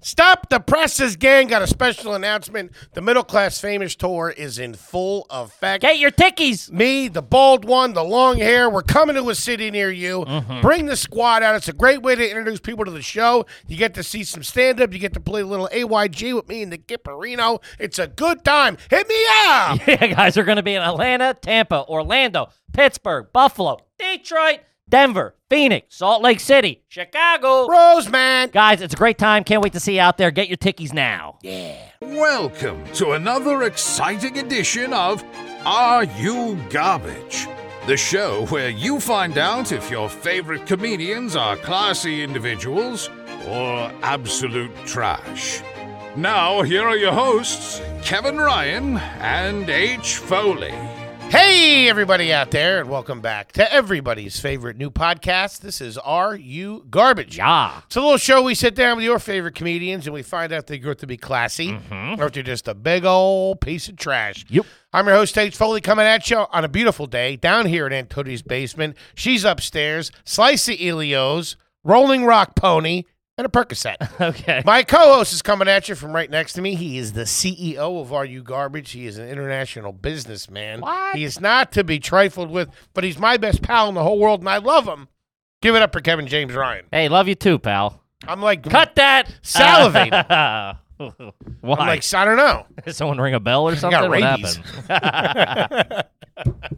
Stop the presses, gang. Got a special announcement. The Middle Class Famous Tour is in full effect. Get your tickies. Me, the bald one, the long hair, we're coming to a city near you. Bring the squad out. It's a great way to introduce people to the show. You get to see some stand up. You get to play a little AYG with me and the Gipperino. It's a good time. Hit me up. Yeah, guys, we're going to be in Atlanta, Tampa, Orlando, Pittsburgh, Buffalo, Detroit, Denver, Phoenix, Salt Lake City, Chicago. Rose, man. Guys, it's a great time. Can't wait to see you out there. Get your tickies now. Welcome to another exciting edition of Are You Garbage? The show where you find out if your favorite comedians are classy individuals or absolute trash. Now, here are your hosts, Kevin Ryan and H. Foley. Hey, everybody out there, and welcome back to everybody's favorite new podcast. This is Are You Garbage? Yeah. It's a little show we sit down with your favorite comedians and we find out they grew up to be classy or if they're just a big old piece of trash. Mm-hmm. Yep. I'm your host, Tate Foley, coming at you on a beautiful day down here in Aunt Tootie's basement. She's upstairs, Slicey Elios, Rolling Rock Pony, and a Percocet. Okay. My co-host is coming at you from right next to me. He is the CEO of Are You Garbage. He is an international businessman. What? He is not to be trifled with, but he's my best pal in the whole world, and I love him. Give it up for Kevin James Ryan. Hey, love you too, pal. I'm like Cut that. Salivate. Uh, Why? I'm like I don't know. Did someone ring a bell or something? What rabies. happened?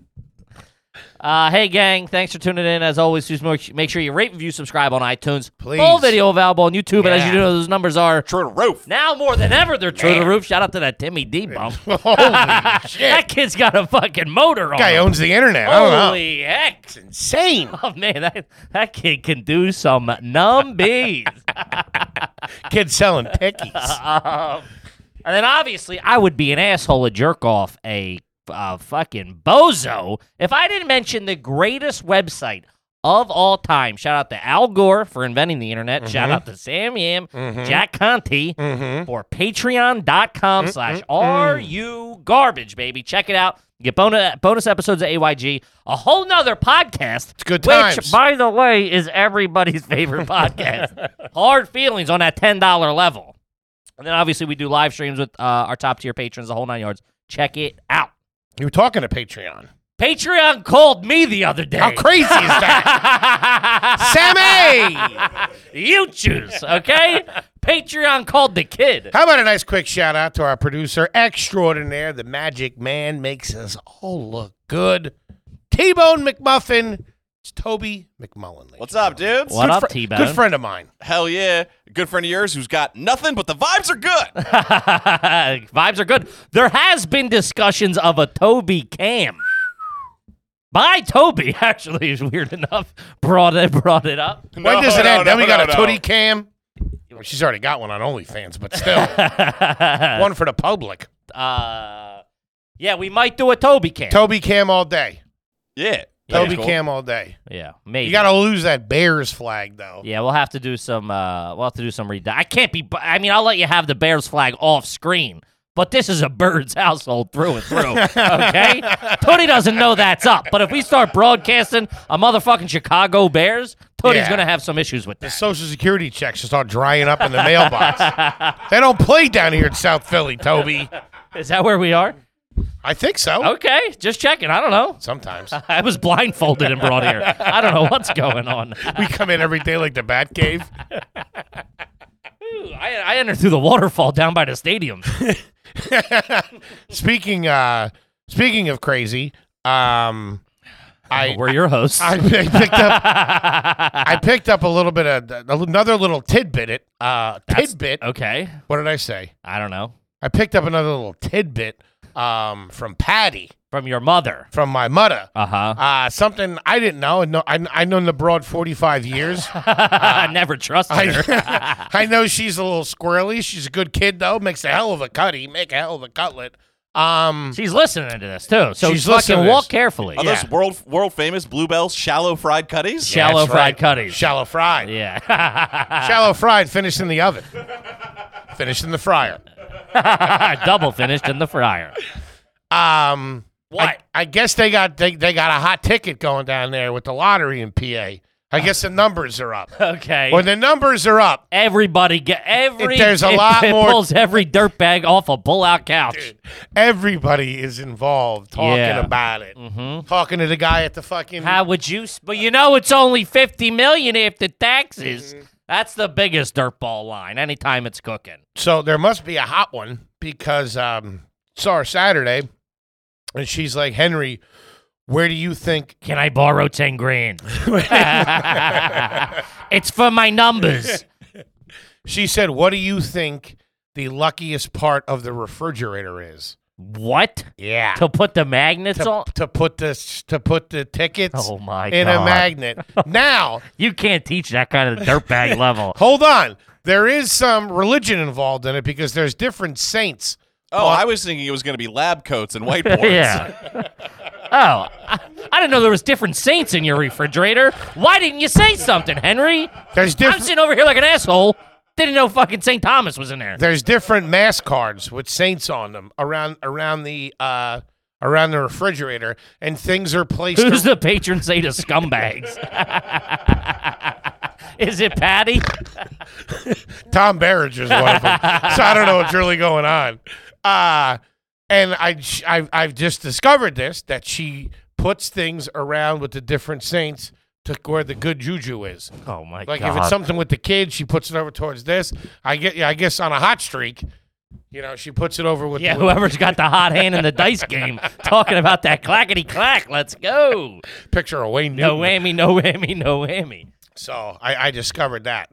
uh, hey, gang. Thanks for tuning in. As always, please mo- make sure you rate, review, subscribe on iTunes. Please. Full video available on YouTube. And as you Yeah. know, those numbers are True roof. now more than ever. They're true to the roof. Shout out to that Timmy D bump. Holy shit! that kid's got a fucking motor on guy him. owns the internet. I don't know. Holy heck. Insane. Oh, man. That, that kid can do some numbies. Kid selling pickies. Um, and then obviously, I would be an asshole, a jerk off, a, uh fucking bozo if I didn't mention the greatest website of all time. Shout out to Al Gore for inventing the internet. Shout out to Sam Yam, Jack Conti Mhm. for patreon.com slash are you garbage, baby. Check it out. You get bonus, bonus episodes of AYG, a whole nother podcast. It's good Which, times. by the way, is everybody's favorite podcast. Hard feelings on that $10 level. And then obviously we do live streams with uh, our top tier patrons, the whole nine yards. Check it out. You were talking to Patreon. Patreon called me the other day. How crazy is that, Sammy? you choose, okay? Patreon called the kid. How about a nice quick shout out to our producer extraordinaire, the magic man makes us all look good. T Bone McMuffin. It's Toby McMullen. ladies. What's up, dudes? What Good up, fri- T-Bone? Good friend of mine. Hell yeah. Good friend of yours who's got nothing, but the vibes are good. Vibes are good. There has been discussions of a Toby Cam. By Toby, actually, is weird enough. Brought it, brought it up. when does it no, end? then we no, got no, a no. Tootie Cam. Well, she's already got one on OnlyFans, but still, one for the public. Uh, yeah, we might do a Toby Cam. Toby Cam all day. Yeah. Toby cool. Cam all day. yeah, maybe. You got to lose that Bears flag though. yeah, we'll have to do some. Uh, we'll have to do some read. I can't be. I mean, I'll let you have the Bears flag off screen, but this is a bird's household through and through. Okay, Tony doesn't know that's up. But if we start broadcasting a motherfucking Chicago Bears, Tony's Yeah. gonna have some issues with The this. Social Security checks just all drying up in the mailbox. they don't play down here in South Philly, Toby. Is that where we are? I think so. Okay, just checking. I don't know. Sometimes I was blindfolded and brought here. I don't know what's going on. we come in every day like the Bat Cave. Ooh, I, I entered through the waterfall down by the stadium. speaking, uh, speaking of crazy, um, I We're your hosts. I picked up I picked up a little bit of another little tidbit. It uh, tidbit. okay. What did I say? I don't know. I picked up another little tidbit um, from Patty From your mother. from my mother. Uh huh. Uh, something I didn't know. and No, I I known the broad forty five years. I never trusted her. I, I know she's a little squirrely. She's a good kid though. Makes a hell of a cutty. Make a hell of a cutlet. Um, She's listening to this too. So She's listening fucking to walk this. Oh, carefully. Are those world world famous bluebells shallow fried cutties? Yeah. Shallow that's fried cutties. Shallow fried. Yeah. Shallow fried. Finished in the oven. finished in the fryer. Double finished in the fryer. Um, What? I, I guess they got they, they got a hot ticket going down there with the lottery in PA. I guess the numbers are up. Okay. When the numbers are up, Everybody get every. If there's a it- lot it more- Pulls every dirtbag off a pull-out couch. everybody is involved talking Yeah. about it. Mm-hmm. Talking to the guy at the fucking. How would you? s- But you know it's only fifty million after taxes. Mm-hmm. That's the biggest dirtball line. Anytime it's cooking. so there must be a hot one because um, saw her Saturday, and she's like, Henry, where do you think? Can I borrow ten grand? it's for my numbers. She said, what do you think the luckiest part of the refrigerator is? What? Yeah. To put the magnets To, on? to put this to put the tickets Oh my in god! a magnet. now, you can't teach that kind of dirtbag level. hold on. There is some religion involved in it because there's different saints. Oh, I was thinking it was going to be lab coats and whiteboards. yeah. Oh, I, I didn't know there was different saints in your refrigerator. Why didn't you say something, Henry? There's I'm different sitting over here like an asshole. Didn't know fucking St. Thomas was in there. there's different mass cards with saints on them around around the uh around the refrigerator and things are placed Who's the patron saint of scumbags? Is it Patty? Tom Barrage is one of them. so I don't know what's really going on. Uh, and I, sh- I've, I've just discovered this that she puts things around with the different saints to where the good juju is. Oh my Like god! if it's something with the kids, she puts it over towards this. I get, yeah, I guess on a hot streak, you know, she puts it over with. yeah, the, whoever's got the hot hand in the dice game, talking about that clackety clack. Let's go. picture of Wayne Newton. No whammy, no whammy, no whammy. So I, I discovered that,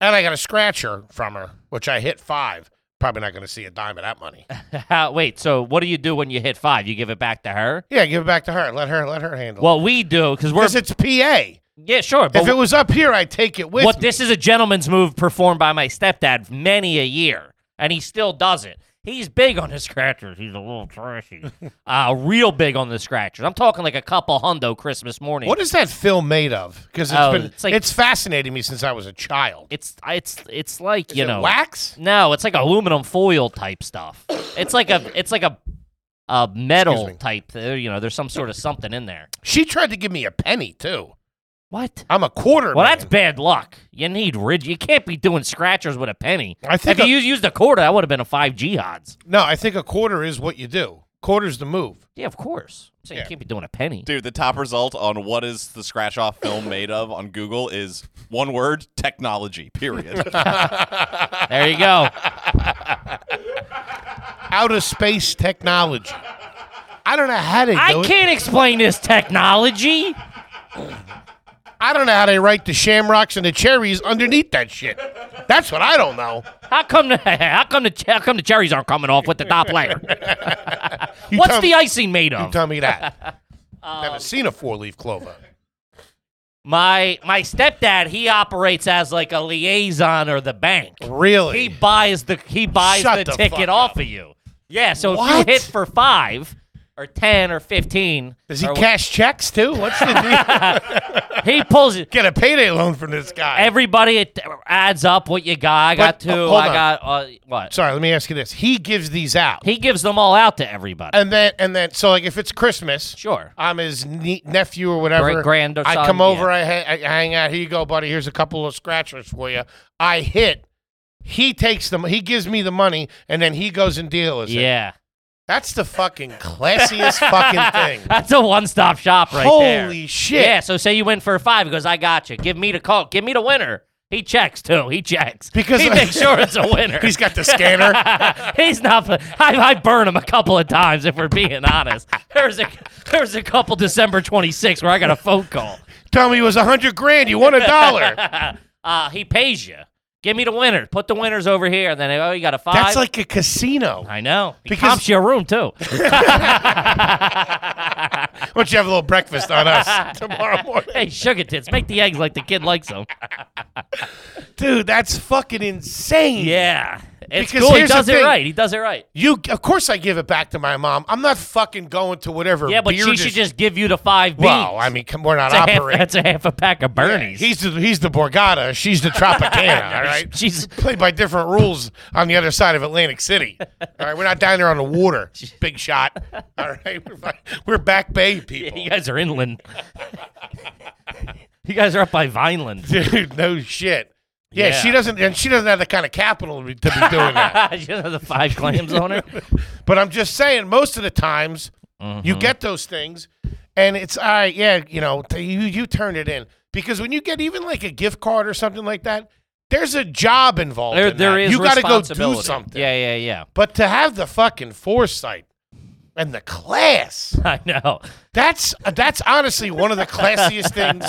and I got a scratcher from her, which I hit five. Probably not going to see a dime of that money. How, wait, so what do you do when you hit five? You give it back to her? Yeah, give it back to her. Let her, let her handle. it. Well, we do because we're Because it's PA. yeah, sure. But if it was up here, I'd take it with what me. this is a gentleman's move performed by my stepdad many a year, and he still does it. He's big on his scratchers. He's a little trashy, uh, real big on the scratchers. I'm talking like a couple hundo Christmas morning. What is that film made of? Because it's Oh, been it's, it's like- fascinated me since I was a child. It's it's it's like Is you it know wax. no, it's like aluminum foil type stuff. it's like a it's like a a Excuse metal me. type. uh, You know, there's some sort of something in there. She tried to give me a penny too. What? I'm a quarter. Well, man. that's bad luck. You need rid. You can't be doing scratchers with a penny. I think if a- you used, used a quarter, that would have been a five G odds. no. I think a quarter is what you do. Quarter's the move. Yeah, of course. So you Yeah. can't be doing a penny. Dude, the top result on what is the scratch off film made of on Google is one word technology, period. There you go. Outer space technology. I don't know how they do I it. can't explain this technology. I don't know how they write the shamrocks and the cherries underneath that shit. That's what I don't know. How come the how come the how come the cherries aren't coming off with the top layer? You What's tell the me- icing made you of? tell me that? Never seen a four leaf clover. My my stepdad, he operates as like a liaison or the bank. Really? He buys the he buys Shut the, the ticket fuck off of you. Yeah, so if What? you hit for five or ten or fifteen, Does he or wh- cash checks too? What's the deal? he pulls it. Get a payday loan from this guy. Everybody it adds up what you got. I But, got two. uh, hold I on. got uh, what? Sorry, let me ask you this. He gives these out, He gives them all out to everybody. and then and then so like if it's Christmas, Sure. I'm his nie- nephew or whatever. Great grand or I son, come yeah. over, I, ha- I hang out. Here you go, buddy. Here's a couple of scratchers for you. I hit. He takes them. He gives me the money, and then he goes and deals. it. Yeah. that's the fucking classiest fucking thing. That's a one-stop shop right there. Holy shit! Yeah, so say you win for five. He goes, I got you. Give me the call. Give me the winner. He checks too. He checks Because- he makes sure it's a winner. He's got the scanner. He's not. I, I burn him a couple of times if we're being honest. There's a there's a couple December 26 where I got a phone call. Tell me it was a hundred grand. You won a dollar. Uh, he pays you. Give me the winner. Put the winners over here. And then oh, you got a five. That's like a casino. I know. He Because- comps you a room too. Why don't you have a little breakfast on us tomorrow morning? hey, sugar tits, make the eggs like the kid likes them. Dude, that's fucking insane. Yeah. It's Because cool. He here's the does it thing. right. He does it right. You of course I give it back to my mom. I'm not fucking going to whatever. Yeah, but she beer should dis- just give you the five beans. Well, I mean, come, we're not that's a, half, operating. that's a half a pack of Bernie's. He's the he's the Borgata. She's the Tropicana. all right, She's- played by different rules on the other side of Atlantic City. All right, we're not down there on the water. Big shot. All right, we're, fi- we're back bay people. you guys are inland. You guys are up by Vineland. Dude, no shit. Yeah, Yeah. she doesn't, and she doesn't have the kind of capital to be, to be doing that. you know the five clams on her. But I'm just saying, most of the times Mm-hmm. you get those things, and it's all right. Yeah, you know, t- you you turn it in because when you get even like a gift card or something like that, there's a job involved. There, in there that. is you gotta go do responsibility. something. Yeah, yeah, yeah. But to have the fucking foresight and the class. I know. That's uh, that's honestly one of the classiest things.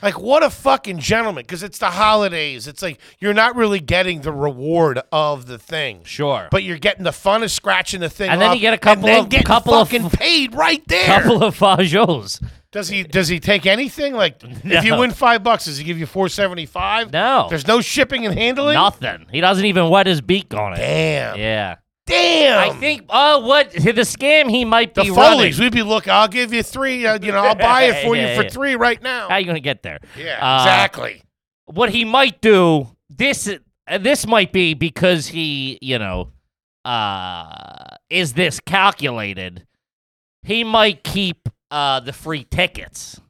Like, what a fucking gentleman! Because it's the holidays. It's like you're not really getting the reward of the thing, Sure. but you're getting the fun of scratching the thing. And then off you get a and couple then of- getting couple of- fucking paid right there. couple of fajots. Does he does he take anything? Like, if you No. win five bucks, does he give you four seventy five? No. There's no shipping and handling. Nothing. He doesn't even wet his beak on it. Damn. Yeah. Damn. I think. Oh, what the scam? He might the be running. Foley's. We'd be looking. I'll give you three. Uh, you know, I'll buy it for Yeah, you for yeah. three right now. How you gonna get there? yeah. Uh, Exactly. What he might do. This. uh, This might be because he. You know. Uh, is this calculated? He might keep uh the free tickets.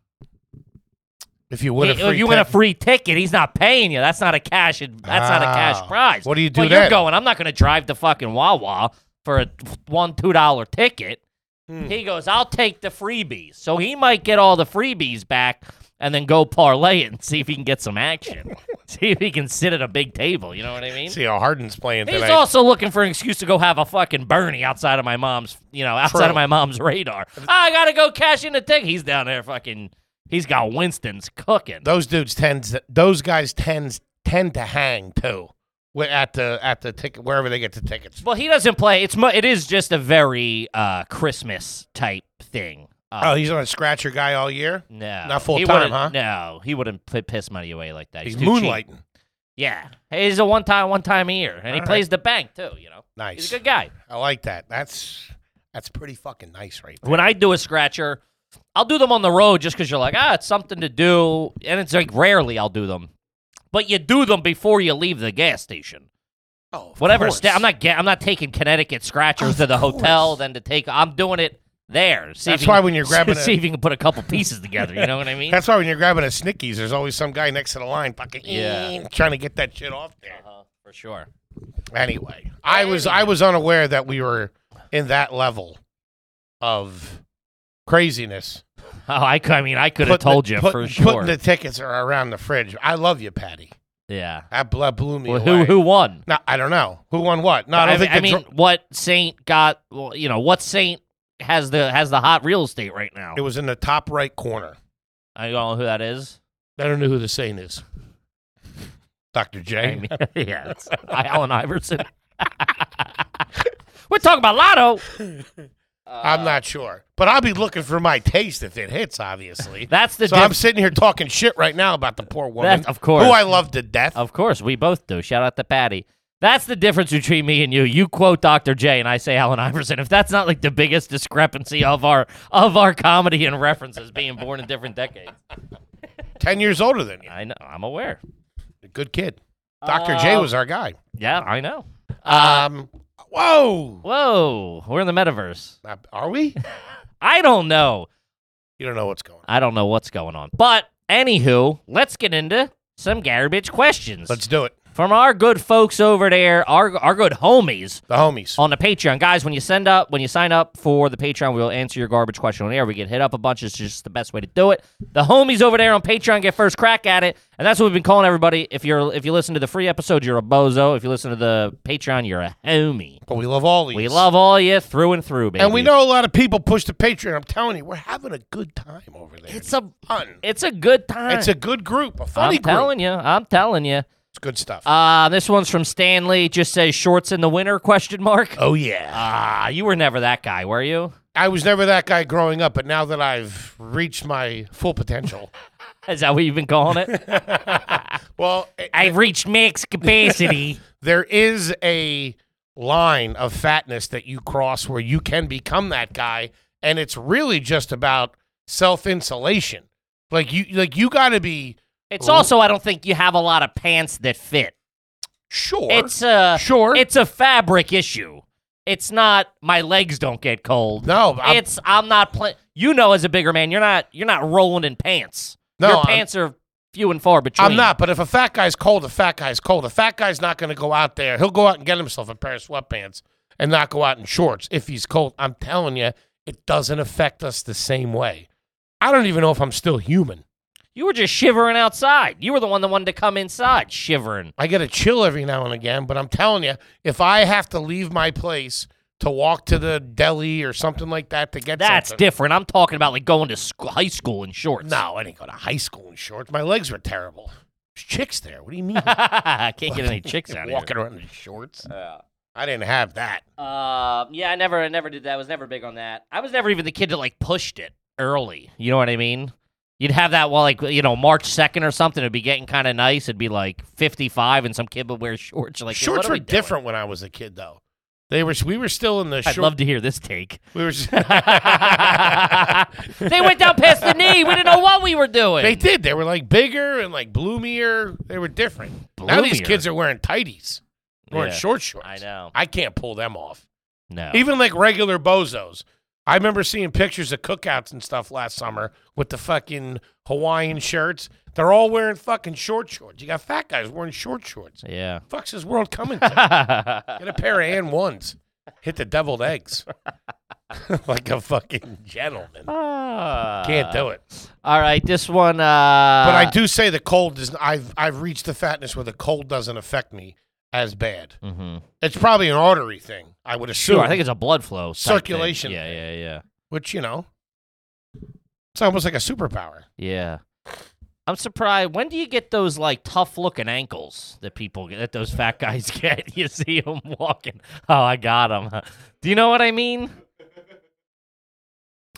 If you win a He- free, if you win a tip- free ticket, he's not paying you. That's not a cash. That's not a Ah. cash prize. What do you do Well, then? you're going. I'm not going to drive to fucking Wawa for a one two dollar ticket. Hmm. He goes. I'll take the freebies. So he might get all the freebies back and then go parlay it and see if he can get some action. see if he can sit at a big table. You know what I mean? See how Harden's playing He's tonight. also looking for an excuse to go have a fucking Bernie outside of my mom's, you know, outside True. of my mom's radar. "Ah, I gotta go cash in the ticket. He's down there fucking. He's got Winston's cooking. those dudes tends those guys tends tend to hang too wi- at the at the ticket wherever they get the tickets. Well, he doesn't play. It's mu- it is just a very uh, Christmas type thing. Oh, Uh, he's on a scratcher guy all year. no, not full He time, wouldn't- huh? No, he wouldn't put piss money away like that. He's He's, too cheap. moonlighting. Yeah, he's a one time, one time a year, and he All plays the bank too. You know, Nice. he's a good guy. I like that. That's that's pretty fucking nice, right? When I do a scratcher, I'll do them on the road just because you're like, ah, it's something to do, and it's like rarely I'll do them, but you do them before you leave the gas station. Oh, of whatever. course. Sta- I'm not. Ga- I'm not taking Connecticut scratchers to the hotel. Then to take. I'm doing it there. See if That's you why can- when you're grabbing see a- if you can put a couple pieces together. You know what I mean? That's why when you're grabbing a Snickies, there's always some guy next to the line, fucking Yeah. trying to get that shit off there. uh, for sure. Anyway, I was I was unaware that we were in that level of craziness. Oh, I. cou- I mean, I could have Putting the- told you put- for Putting sure. the tickets are around the fridge. I love you, Patty. yeah. That bl- blew me Well, away. who who won? No, I don't know who won what. No, I don't I, think. I the mean, dr- what Saint got? Well, you know, what Saint has the has the hot real estate right now? it was in the top right corner. I don't know who that is. I don't know who the saint is. Doctor J. I mean, yeah, it's Allen Iverson. We're talking about Lotto. uh, I'm not sure, but I'll be looking for my taste if it hits. Obviously, That's the so I'm sitting here talking shit right now about the poor woman, That- of course. who I love to death. Of course, we both do. Shout out to Patty. That's the difference between me and you. You quote Dr. J, and I say Alan Iverson. If that's not like the biggest discrepancy of our of our comedy and references being born in different decades, Ten years older than you. I know I'm aware. Good kid. Doctor J Uh, was our guy. Yeah, I know. Um. Whoa. Whoa, we're in the metaverse. Uh, Are we? I don't know. You don't know what's going on. I don't know what's going on. But anywho, let's get into some garbage questions Let's do it. from our good folks over there, our our good homies The homies. on the Patreon. Guys, when you send up, when you sign up for the Patreon, we'll answer your garbage question on air. We get hit up a bunch. It's just the best way to do it. The homies over there on Patreon get first crack at it, and that's what we've been calling everybody. If you're if you listen to the free episode, you're a bozo. If you listen to the Patreon, you're a homie. But we love all these. We love all you through and through, baby. And we know a lot of people push the Patreon. I'm telling you, we're having a good time over there. it's a fun. it's a good time. It's a good group, a I'm funny group. telling you. I'm telling you. It's good stuff. Uh, this one's from Stanley. Just says shorts in the winter? Question mark. oh yeah. Ah, you were never that guy, were you? I was never that guy growing up, but now that I've reached my full potential, Is that what you've been calling it? well, eh, it- I've reached max capacity. there is a line of fatness that you cross where you can become that guy, and it's really just about self insulation. Like you, like you got to be It's also I don't think you have a lot of pants that fit. sure. It's a sure. it's a fabric issue. It's not my legs don't get cold. no, I'm, it's I'm not playing. You know, as a bigger man, you're not you're not rolling in pants. No, your I'm- pants are few and far between. I'm not, but if a fat guy's cold, a fat guy's cold. A fat guy's not going to go out there. He'll go out and get himself a pair of sweatpants and not go out in shorts if he's cold. I'm telling you, it doesn't affect us the same way. I don't even know if I'm still human. You were just shivering outside. You were the one that wanted to come inside shivering. I get a chill every now and again, but I'm telling you, if I have to leave my place to walk to the deli or something like that to get That's something, different. I'm talking about like going to sc- high school in shorts. no, I didn't go to high school in shorts. My legs were terrible. There's chicks there. What do you mean? I can't get any chicks out walking around in shorts. here. I didn't have that. Uh, yeah, I never, I never did that. I was never big on that. I was never even the kid that like pushed it early. You know what I mean? You'd have that while like you know March second or something. It'd be getting kind of nice. It'd be like fifty five, and some kid would wear shorts. You're like shorts are were different when I was a kid, though. They were. We were still in the I'd short. love to hear this take. we were. they went down past the knee. We didn't know what we were doing. they did. They were like bigger and like bloomier. They were different. Now these Bloomier. kids are wearing tighties. They're Wearing Yeah. short shorts. I know. I can't pull them off. No. Even like regular bozos. I remember seeing pictures of cookouts and stuff last summer with the fucking Hawaiian shirts. They're all wearing fucking short shorts. You got fat guys wearing short shorts. yeah. Ah. Fuck's this world coming to? Get a pair of and ones. Hit the deviled eggs. like a fucking gentleman. Can't do it. All right, this one. Uh, But I do say the cold is I've I've reached the fatness where the cold doesn't affect me as bad. hmm It's probably an artery thing, I would assume. Sure, I think it's a blood flow type thing. Circulation Yeah, yeah, yeah. which, you know, it's almost like a superpower. Yeah. I'm surprised. When do you get those like tough looking ankles that people get, that those fat guys get? You see them walking. Oh, I got them. Do you know what I mean?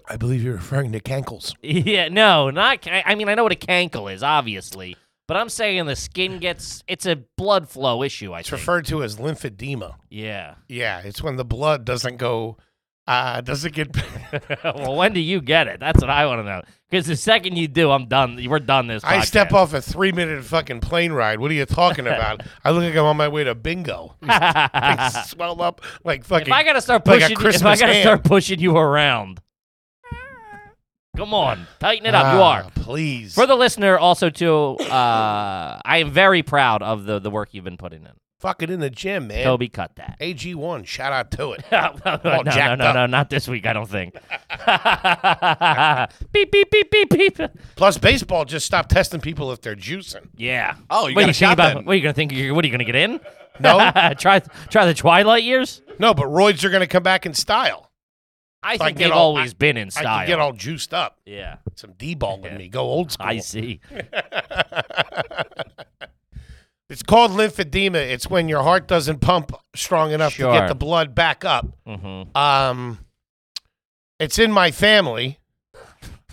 I believe you're referring to cankles. Yeah, no, not. ca- I mean, I know what a cankle is, obviously, but I'm saying the skin gets. It's a blood flow issue. I It's think. referred to as lymphedema. yeah. Yeah, it's when the blood doesn't go uh doesn't get well, when do you get it? That's what I want to know. Because the second you do, I'm done. We're done this. I step podcast. off a three minute fucking plane ride. What are you talking about? I look like I'm on my way to bingo. I swelled up like fucking. If I gotta start like a pushing, you- if I Christmas gotta ham. start pushing you around, come on, tighten it up. you Ah, are Please. for the listener. Also, too, uh, I am very proud of the the work you've been putting in. fucking in the gym, man. Toby, cut that. AG1, shout out to it. no, no, All no, jacked no, up. no, not this week. I don't think. beep, beep, beep, beep, beep. Plus, baseball just stopped testing people if they're juicing. Yeah. Oh, you what got are a you shot thinking about? then. What are you gonna think? You're, what are you gonna get in? No, try try the Twilight years. no, but roids are going to come back in style. I I think get they've all- always been in I can style. get all juiced up. yeah. Some D ball in me. Go old school. I see. it's called lymphedema. It's when your heart doesn't pump strong enough to Sure. get the blood back up. Mm-hmm. Um, it's in my family.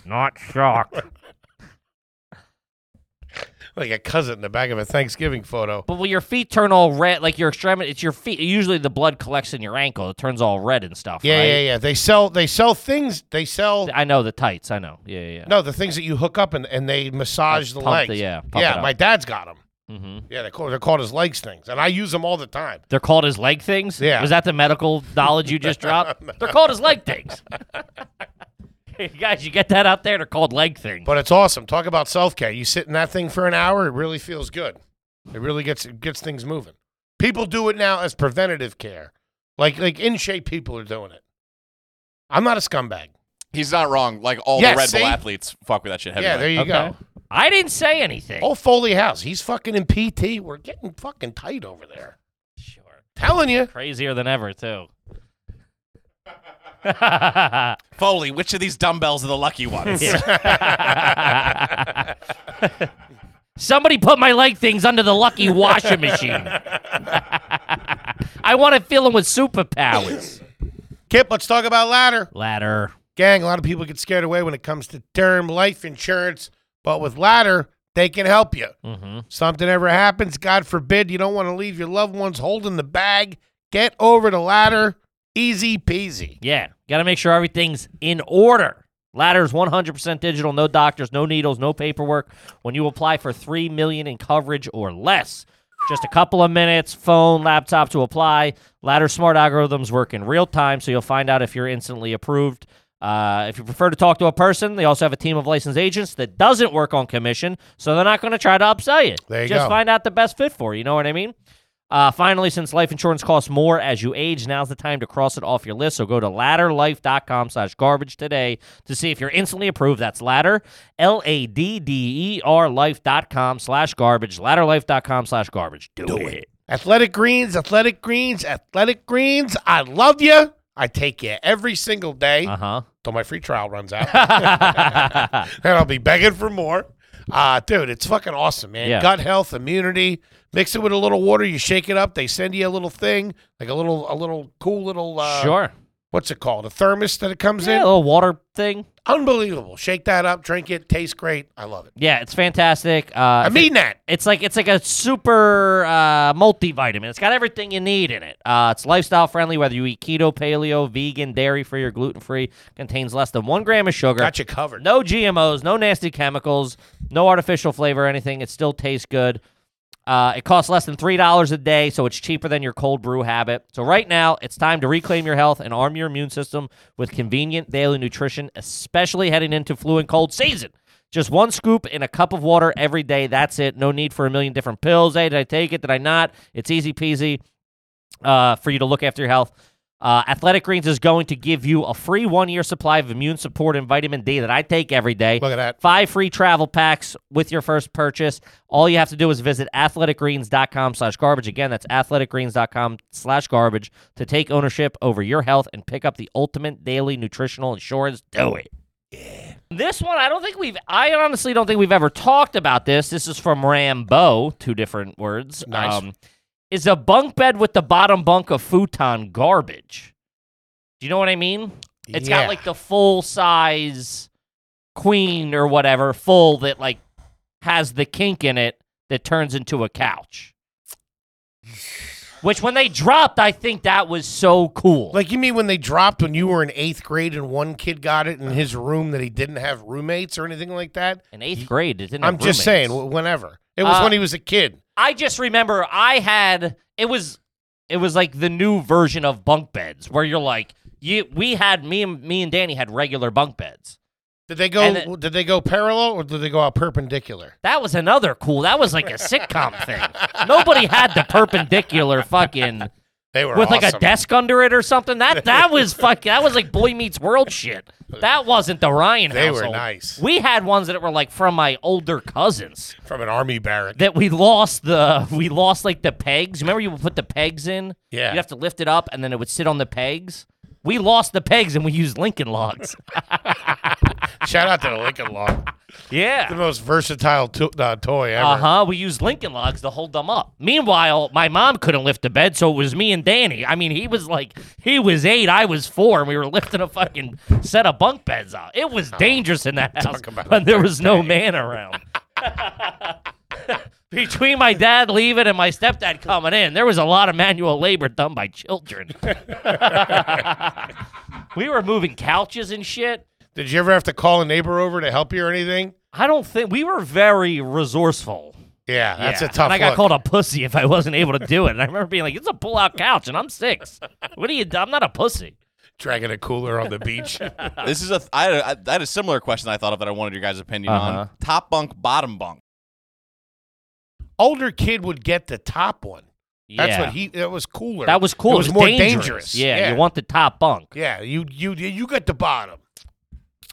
Not shocked. Like a cousin in the back of a Thanksgiving photo. But will your feet turn all red? Like your extremity, it's your feet. Usually the blood collects in your ankle. It turns all red and stuff. Yeah, right? yeah, yeah. They sell they sell things. They sell I know the tights. I know. Yeah, yeah. yeah. no the things that you hook up and, and they massage Like the pump legs. the- yeah, pump it yeah. up. My dad's got them. hmm Yeah, they call, they're called his legs things, and I use them all the time. They're called as leg things. Yeah. Was that the medical knowledge you just dropped? They're called as leg things. Hey, guys, you get that out there? They're called leg things. But it's awesome. Talk about self care. You sit in that thing for an hour, it really feels good. It really gets it gets things moving. People do it now as preventative care. Like like in shape people are doing it. I'm not a scumbag. He's not wrong. Like all Yeah, the Red see? Bull athletes fuck with that shit. yeah, heavyweight. there you Okay. go. I didn't say anything. Oh, Foley House. He's fucking in PT. We're getting fucking tight over there. sure. Telling you. Crazier than ever, too. Yeah. Foley, which of these dumbbells are the lucky ones? Somebody put my leg things under the lucky washing machine. I want to fill them with superpowers. Kip, let's talk about ladder. Ladder. Gang, a lot of people get scared away when it comes to term life insurance, but with ladder, they can help you. Mm-hmm. Something ever happens, God forbid, you don't want to leave your loved ones holding the bag. Get over the ladder. Easy peasy. Yeah. Got to make sure everything's in order. Ladder's 100% digital, no doctors, no needles, no paperwork. When you apply for 3 million in coverage or less, just a couple of minutes, phone, laptop to apply. Ladder smart algorithms work in real time, so you'll find out if you're instantly approved. Uh, if you prefer to talk to a person, they also have a team of licensed agents that doesn't work on commission, so they're not going to try to upsell you. There you Just go. find out the best fit for you. You know what I mean? Uh, finally, since life insurance costs more as you age, now's the time to cross it off your list. So go to ladderlife.com slash garbage today to see if you're instantly approved. That's ladder, L-A-D-D-E-R life.com slash garbage, ladderlife.com slash garbage. Do, it. Athletic Greens, Athletic Greens, Athletic Greens. I love you. I take you every single day Uh-huh. till my free trial runs out, and I'll be begging for more. Uh, dude, it's fucking awesome, man. Yeah. Gut health, immunity. Mix it with a little water. You shake it up. They send you a little thing, like a little, a little cool little. Uh, sure. What's it called? A thermos that it comes Yeah, a in. little water thing. Unbelievable. Shake that up. Drink it. Tastes great. I love it. Yeah, it's fantastic. Uh, I mean that. It's like it's like a super uh, multivitamin. It's got everything you need in it. Uh, it's lifestyle friendly, whether you eat keto, paleo, vegan, dairy free, or gluten free. Contains less than one gram of sugar. Got you covered. No GMOs, no nasty chemicals, no artificial flavor or anything. It still tastes good. Uh, it costs less than three dollars a day, so it's cheaper than your cold brew habit. So right now, it's time to reclaim your health and arm your immune system with convenient daily nutrition, especially heading into flu and cold season. Just one scoop in a cup of water every day. That's it. No need for a million different pills. Hey, did I take it? Did I not? It's easy peasy uh, for you to look after your health. Uh, Athletic Greens is going to give you a free one year supply of immune support and vitamin D that I take every day. Look at that. Five free travel packs with your first purchase. All you have to do is visit athleticgreens.com slash garbage. Again, that's athleticgreens.com slash garbage to take ownership over your health and pick up the ultimate daily nutritional insurance. Do it. This one, I don't think we've. I honestly don't think we've ever talked about this. This is from Rambo. Two different words. Um, Nice. is a bunk bed with the bottom bunk of futon garbage? Do you know what I mean? It's Yeah. got like the full size queen or whatever, full that like has the kink in it that turns into a couch. Which when they dropped, I think that was so cool. Like you mean when they dropped when you were in eighth grade and one kid got it in his room that he didn't have roommates or anything like that? in eighth grade, it didn't. I'm have just saying, roommates. wh- whenever. It was Uh, when he was a kid. I just remember I had it was it was like the new version of bunk beds where you're like you we had me and me and Danny had regular bunk beds. Did they go and it- did they go parallel or did they go out perpendicular? That was another cool. That was like a sitcom thing. Nobody had the perpendicular fucking They were with like a awesome. desk under it or something. That that was fucking that was like Boy Meets World shit. That wasn't the Ryan They were household. nice. We had ones that were like from my older cousins from an army barrack. that we lost the we lost like the pegs. Remember you would put the pegs in? Yeah. You'd have to lift it up and then it would sit on the pegs. We lost the pegs and we used Lincoln logs. Shout out to the Lincoln Log. The yeah. most versatile to- uh, toy ever. Uh huh. We used Lincoln logs to hold them up. Meanwhile, my mom couldn't lift the bed, so it was me and Danny. I mean, he was like, he was eight, I was four, and we were lifting a fucking set of bunk beds out. It was dangerous in that house about when there was no man around. Between my dad leaving and my stepdad coming in, there was a lot of manual labor done by children. we were moving couches and shit. Did you ever have to call a neighbor over to help you or anything? I don't think we were very resourceful. Yeah, that's Yeah, a tough And I got look. called a pussy if I wasn't able to do it. And I remember being like, "It's a pull-out couch," and I'm six. What are you? I'm not a pussy. dragging a cooler on the beach. This is a I, had a- I had a similar question I thought of that I wanted your guys' opinion Uh-huh. on. Top bunk, bottom bunk. Older kid would get the top one. That's yeah. what he. That was cooler. That was cool. It was, more dangerous. Yeah, you want the top bunk. Yeah, you you you got the bottom.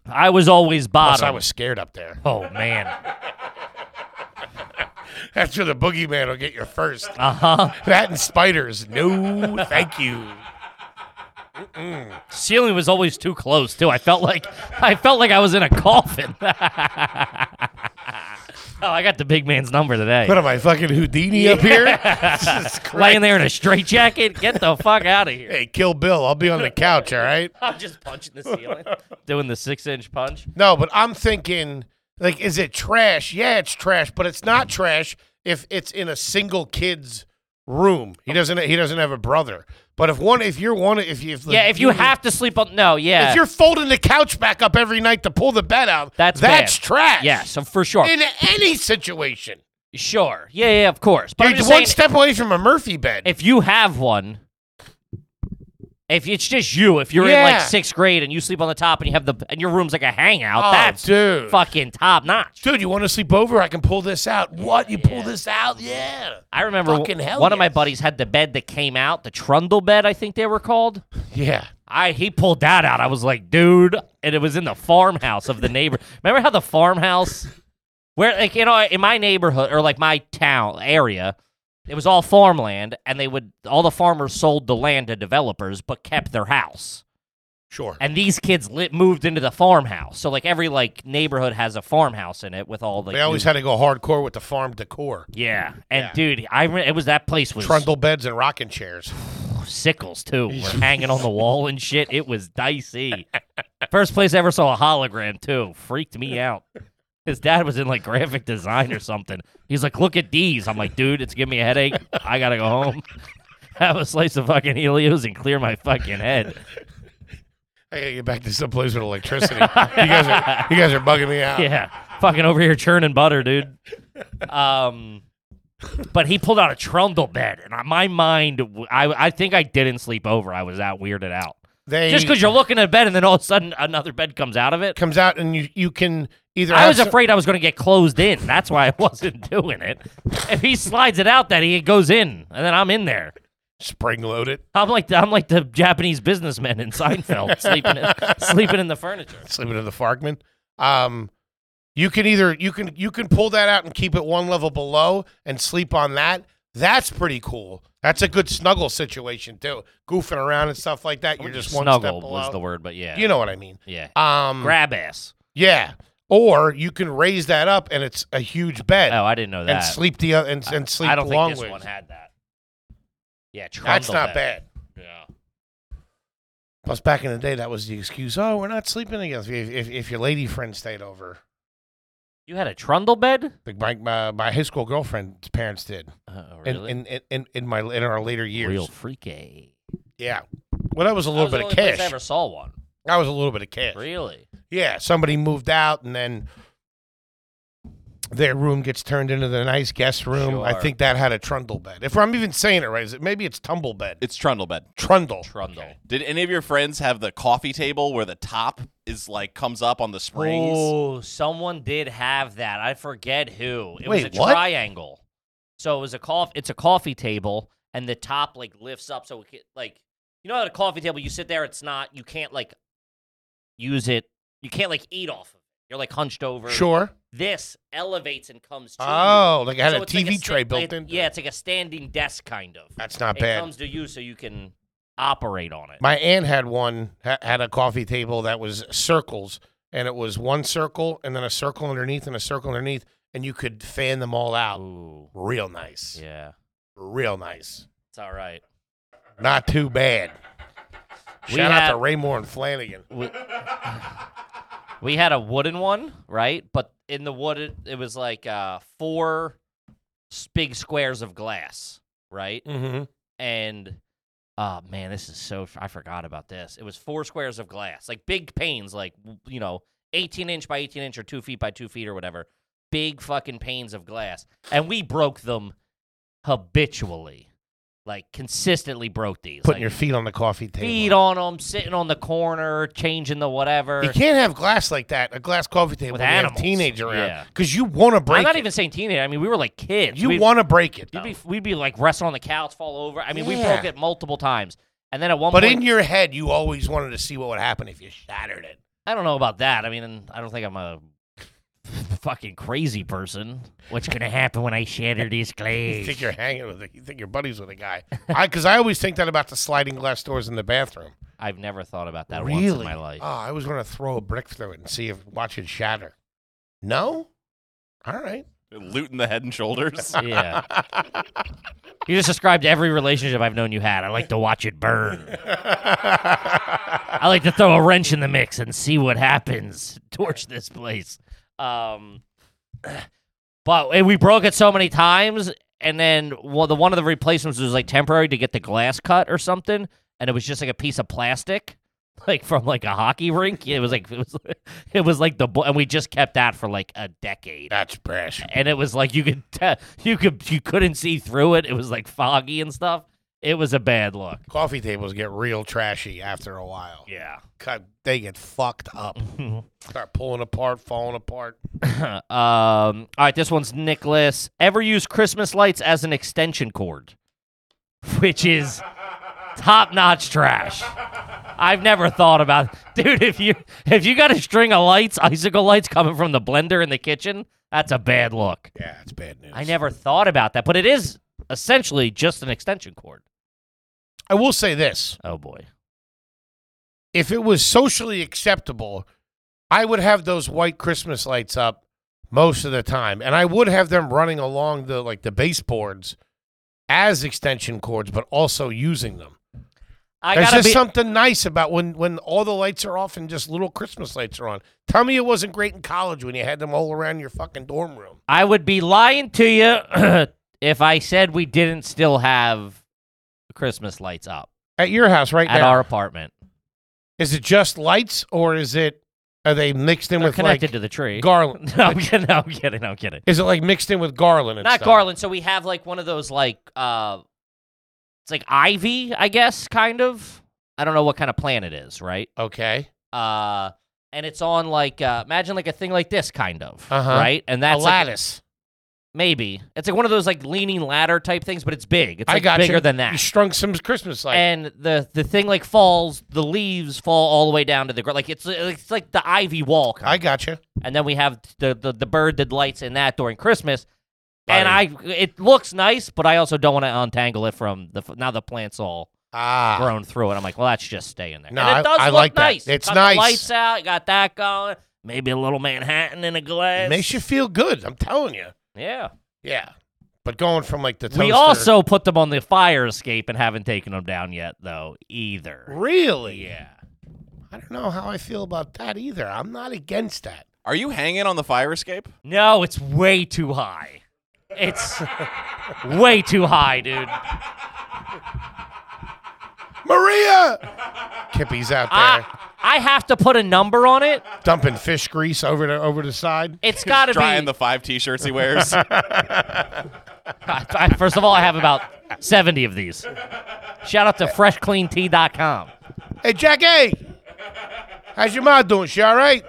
I was always Plus, bottom. I was scared up there. Oh man. That's where the boogeyman will get you first. Uh huh. That and spiders. No, thank you. Ceiling was always too close too. I felt like I felt like I was in a coffin. oh, I got the big man's number today. What am I fucking Houdini up here? Jesus Laying Christ. there in a straitjacket. Get the fuck out of here. Hey, kill Bill. I'll be on the couch. All right. I'm just punching the ceiling, doing the six-inch punch. No, but I'm thinking like, is it trash? Yeah, it's trash, but it's not trash if it's in a single kid's room. He doesn't. He doesn't have a brother. But if one, if you're one, if you, if the- Yeah, if you have to sleep on no, yeah, If you're folding the couch back up every night to pull the bed out, That's that's bad. trash. yeah, so for sure, in any situation. sure, yeah, yeah, of course. But I'm You're just one saying, step away from a Murphy bed. if you have one, If it's just you, if you're in Yeah. like sixth grade and you sleep on the top and you have the and your room's like a hangout, Oh, that's dude. fucking top notch. Dude, you want to sleep over? I can pull this out. What? You pull this out? Yeah. I remember w- Fucking hell one of my yes. buddies had the bed that came out, the trundle bed, I think they were called. Yeah. I he pulled that out. I was like, dude, and it was in the farmhouse of the neighbor. Remember how the farmhouse, where like you know, in my neighborhood or like my town area, it was all farmland, and they would all the farmers sold the land to developers, but kept their house. Sure. And these kids lit, moved into the farmhouse, so like every like neighborhood has a farmhouse in it with all the. They always had to go hardcore with the farm decor. yeah, and Yeah. dude, I re- it was that place was Trundle beds and rocking chairs. sickles too were hanging on the wall and shit. It was dicey. First place I ever saw a hologram too. Freaked me out. His dad was in like graphic design or something. He's like, look at these. I'm like, dude, it's giving me a headache. I gotta go home. Have a slice of fucking Helios and clear my fucking head. I gotta get back to some place with electricity. you guys are you guys are bugging me out. Yeah. Fucking over here churning butter, dude. Um but he pulled out a trundle bed and I- my mind w- I I think I didn't sleep over. I was that weirded out. They Just because you're looking at a bed and then all of a sudden another bed comes out of it. comes out and you you can either I have was some- afraid I was going to get closed in. That's why I wasn't doing it. If he slides it out, that he goes in, and then I'm in there. spring load it, I'm like the, I'm like the Japanese businessman in Seinfeld, sleeping in, sleeping in the furniture. slip it in the Farkman. Um, you can either you can you can pull that out and keep it one level below and sleep on that. That's pretty cool. That's a good snuggle situation too. Goofing around and stuff like that. You're just one step snuggle below. was the word, but yeah, You know what I mean. yeah, Um, grab ass. yeah. Or you can raise that up and it's a huge bed Oh, I didn't know and that. sleep the oth- and, and sleep I don't long think this ways. one had that. Yeah, trundle That's not bed. bad. Yeah. Plus, back in the day, that was the excuse. Oh, we're not sleeping together. If, if, if your lady friend stayed over, You had a trundle bed? like my, my my high school girlfriend's parents did. Oh, in, really? in, in, in, in my in our later years. Real freaky. Yeah. Well, that was a little bit of I cash. never saw one. That was a little bit of cash. Really? Yeah. Somebody moved out, and then their room gets turned into the nice guest room. I Sure. think that had a trundle bed. If I'm even saying it right, is it maybe it's tumble bed? It's trundle bed. trundle. Trundle. Did any of your friends have the coffee table where the top is like comes up on the springs? Oh, someone did have that. I forget who. It Wait, was a what? triangle. So it was a coffee. It's a coffee table, and the top like lifts up, so it can, like you know at a coffee table you sit there. It's not you can't like use it. You can't like eat off of it. You're like hunched over. Sure. This elevates and comes to you. Oh, like it had So a it's like TV sta- tray like- built Ah, in. Yeah, it's like a standing desk kind of. That's not it bad. comes to you so you can operate on it. My aunt had one ha- had a coffee table that was circles, and it was one circle and then a circle underneath and a circle underneath, and you could fan them all out. Ooh, Real nice. yeah, Real nice. it's all right. Not too bad. We Shout out had- to Raymore and Flanagan. we, we had a wooden one, right? But in the wood, it, it was like uh, four s- big squares of glass, right? Mm-hmm. And oh man, this is so I forgot about this. It was four squares of glass, like big panes, like w- you know, eighteen inch by eighteen inch or two feet by two feet or whatever. Big fucking panes of glass, and we broke them habitually, like consistently broke these. Putting like, your feet on the coffee table. feet on them, sitting on the corner, changing the whatever. You can't have glass like that. A glass coffee table With when you have animals. teenage around Yeah. because you want to break. I'm not it. even saying teenager. I mean, we were like kids. You We'd- want to break it, We'd though. be, we'd be like wrestling on the couch, fall over. I mean, we Yeah. broke it multiple times. And then at one but point, in your head, you always wanted to see what would happen if you shattered it. I don't know about that. I mean, I don't think I'm a fucking crazy person. What's gonna happen when I shatter this You glaze? think you're hanging with it. You think you're buddies with a guy. I because I always think that about the sliding glass doors in the bathroom. I've never thought about that really? once in my life. Oh, I was going to throw a brick through it and see if watch it shatter. No. All right. Looting the head and shoulders. yeah, you just described every relationship I've known you had. I like to watch it burn. I like to throw a wrench in the mix and see what happens. Torch this place. Um, but and we broke it so many times, and then well, the one of the replacements was like temporary to get the glass cut or something, and it was just like a piece of plastic, like from like a hockey rink. It was like it was, it was like the bo- and we just kept that for like a decade. That's brash. And it was like you could tell you could you couldn't see through it. It was like foggy and stuff. it was a bad look. Coffee tables get real trashy after a while. Yeah. God, they get fucked up. Mm-hmm. Start pulling apart, falling apart. um, all right, this one's Nicholas. Ever use Christmas lights as an extension cord, which is top notch trash. I've never thought about, dude. If you if you got a string of lights, icicle lights coming from the blender in the kitchen, that's a bad look. Yeah, it's bad news. I never thought about that, but it is essentially just an extension cord. I will say this: Oh boy. if it was socially acceptable, I would have those white Christmas lights up most of the time, and I would have them running along the like the baseboards as extension cords, but also using them. I There's gotta just be, something nice about when when all the lights are off and just little Christmas lights are on. Tell me it wasn't great in college when you had them all around your fucking dorm room. I would be lying to you if I said we didn't still have Christmas lights up At your house right at now. our apartment. is it just lights or is it are they mixed in They're with connected like to the tree. garland? no, I'm kidding. No, I'm kidding. I'm kidding. Is it like mixed in with garland and Not stuff? garland. So we have like one of those like uh, it's like ivy, I guess, kind of. I don't know what kind of plant it is, right? Okay. Uh, and it's on like uh, imagine like a thing like this, kind of, Uh-huh. right? And that's a like, lattice. maybe it's like one of those like leaning ladder type things, but it's big. It's I like got bigger you. than You that. strung some Christmas lights. and the the thing like falls, the leaves fall all the way down to the ground. Like it's it's like the ivy wall. Kind I got you. and then we have the the, the bird that lights in that during Christmas. Got And I, it looks nice, but I also don't want to untangle it from the f- now the plant's all Ah, grown through it. I'm like, well, that's just staying there. No, and I- it does I look like that. nice. It's got nice. The lights out, got that going. Maybe a little Manhattan in a glass. it makes you feel good. I'm telling you. yeah. Yeah. But going from like the toaster. We also put them on the fire escape and haven't taken them down yet, though either. really. Yeah. I don't know how I feel about that either. I'm not against that. Are you hanging on the fire escape? No, it's way too high. It's way too high, dude. Maria, Kippy's out there I, I have to put a number on it. dumping fish grease over the over the side. It's got to be. Drying the five t-shirts he wears. I- I- first of all, I have about 70 of these. Shout out to freshcleantea.com. Hey, Jackie, how's your mom doing? She all right?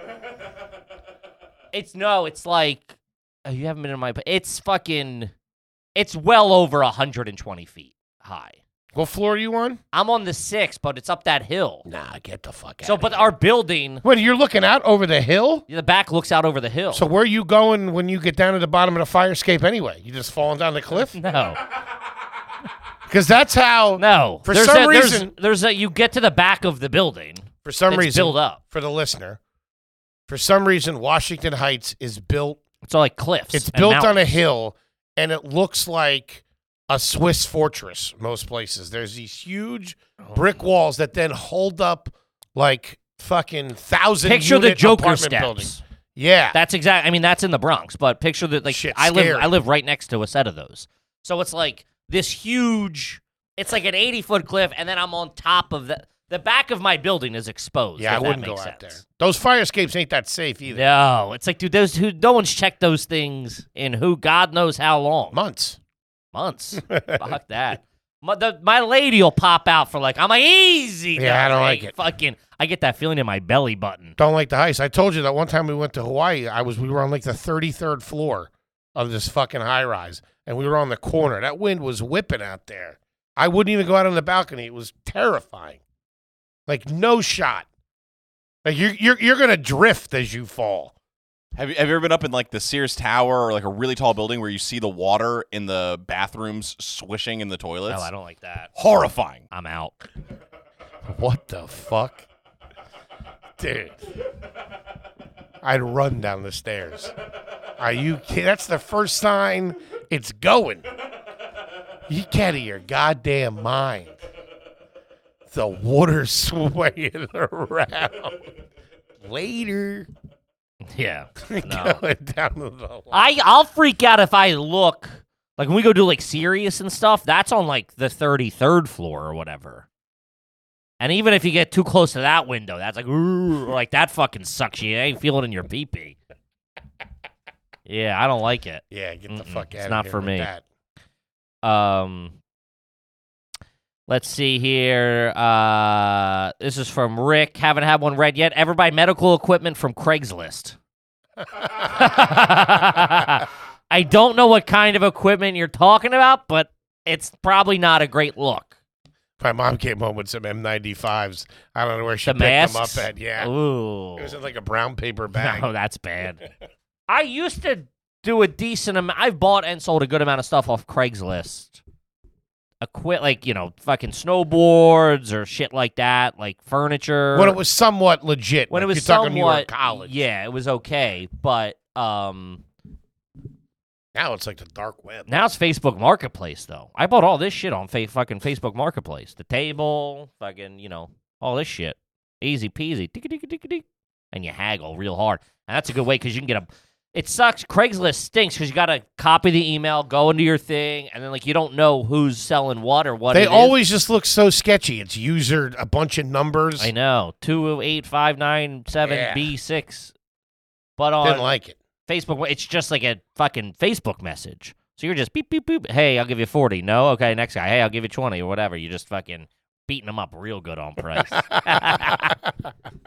It's no, it's like, oh, you haven't been in my, it's fucking, it's well over 120 feet high. What floor are you on? I'm on the sixth, but it's up that hill. Nah, get the fuck out. So, but our building, Wait, you're looking out over the hill. the back looks out over the hill. So where are you going when you get down to the bottom of the fire escape anyway? You just falling down the cliff? no, Because that's how. no. For There's some a- there's- reason- there's, a, you get to the back of the building. For some it's reason, built up. for the listener, for some reason, Washington Heights is built. It's all like cliffs. It's and built on a mountains. hill, and it looks like a Swiss fortress. Most places, there's these huge Oh. brick walls that then hold up like fucking thousand. Picture the unit Joker apartment steps. buildings. Yeah, That's exact. I mean, that's in the Bronx, but picture that. Like, Shit, I live, scary. I live right next to a set of those. So it's like this huge. It's like an eighty foot cliff, and then I'm on top of the the back of my building is exposed. yeah, I if that wouldn't go makes out there. sense. Those fire escapes ain't that safe either. No, it's like dude, those who no one's checked those things in who God knows how long Months. months. Fuck that. My, the, my lady will pop out for like I'm like easy. Yeah, I guys, don't like hey, it. Fucking, I get that feeling in my belly button. Don't like the heights. I told you that one time we went to Hawaii. I was we were on like the thirty third floor of this fucking high rise, and we were on the corner. That wind was whipping out there. I wouldn't even go out on the balcony. It was terrifying. Like no shot. Like you're you're you're gonna drift as you fall. Have you, have you ever been up in like the Sears Tower or like a really tall building where you see the water in the bathrooms swishing in the toilets? No, Oh, I don't like that. Horrifying. I'm out. What the fuck, dude? I'd run down the stairs. Are you kidding? That's the first sign it's going. You can't of your goddamn mind. The water swaying around. Later, Yeah. No. going down to the line. I I'll freak out if I look like when we go do like serious and stuff. That's on like the thirty third floor or whatever. And even if you get too close to that window, that's like ooh, like that fucking sucks you. You ain't feeling in your pee pee. Yeah, I don't like it. Yeah, get the Mm-mm, fuck out. it's not here for with me. That. Um, Let's see here. Uh, this is from Rick. Haven't had one read yet. Ever buy medical equipment from Craigslist? I don't know what kind of equipment you're talking about, but it's probably not a great look. My mom came home with some M95s. I don't know where she The picked them up masks? at. Yeah. Ooh. It was in like a brown paper bag. No, that's bad. I used to do a decent amount. I've bought and sold a good amount of stuff off Craigslist. Equip, like you know, fucking snowboards or shit like that, like furniture. When it was somewhat legit. when like it was you're talking when you were in somewhat college. Yeah, it was okay, but um, Now it's like the dark web. now it's Facebook Marketplace though. I bought all this shit on fa- fucking Facebook Marketplace. The table, fucking, you know, all this shit. Easy peasy. Ticka ticka ticka tick. And you haggle real hard. And that's a good way because you can get a. It sucks. Craigslist stinks because you got to copy the email, go into your thing, and then like you don't know who's selling what or what. they it is. always just look so sketchy. It's user a bunch of numbers. I know two oh eight five nine seven B six. But on Didn't like it. Facebook. It's just like a fucking Facebook message. So you're just beep beep beep. Hey, I'll give you forty. No, okay, next guy. Hey, I'll give you twenty or whatever. You're just fucking beating them up real good on price,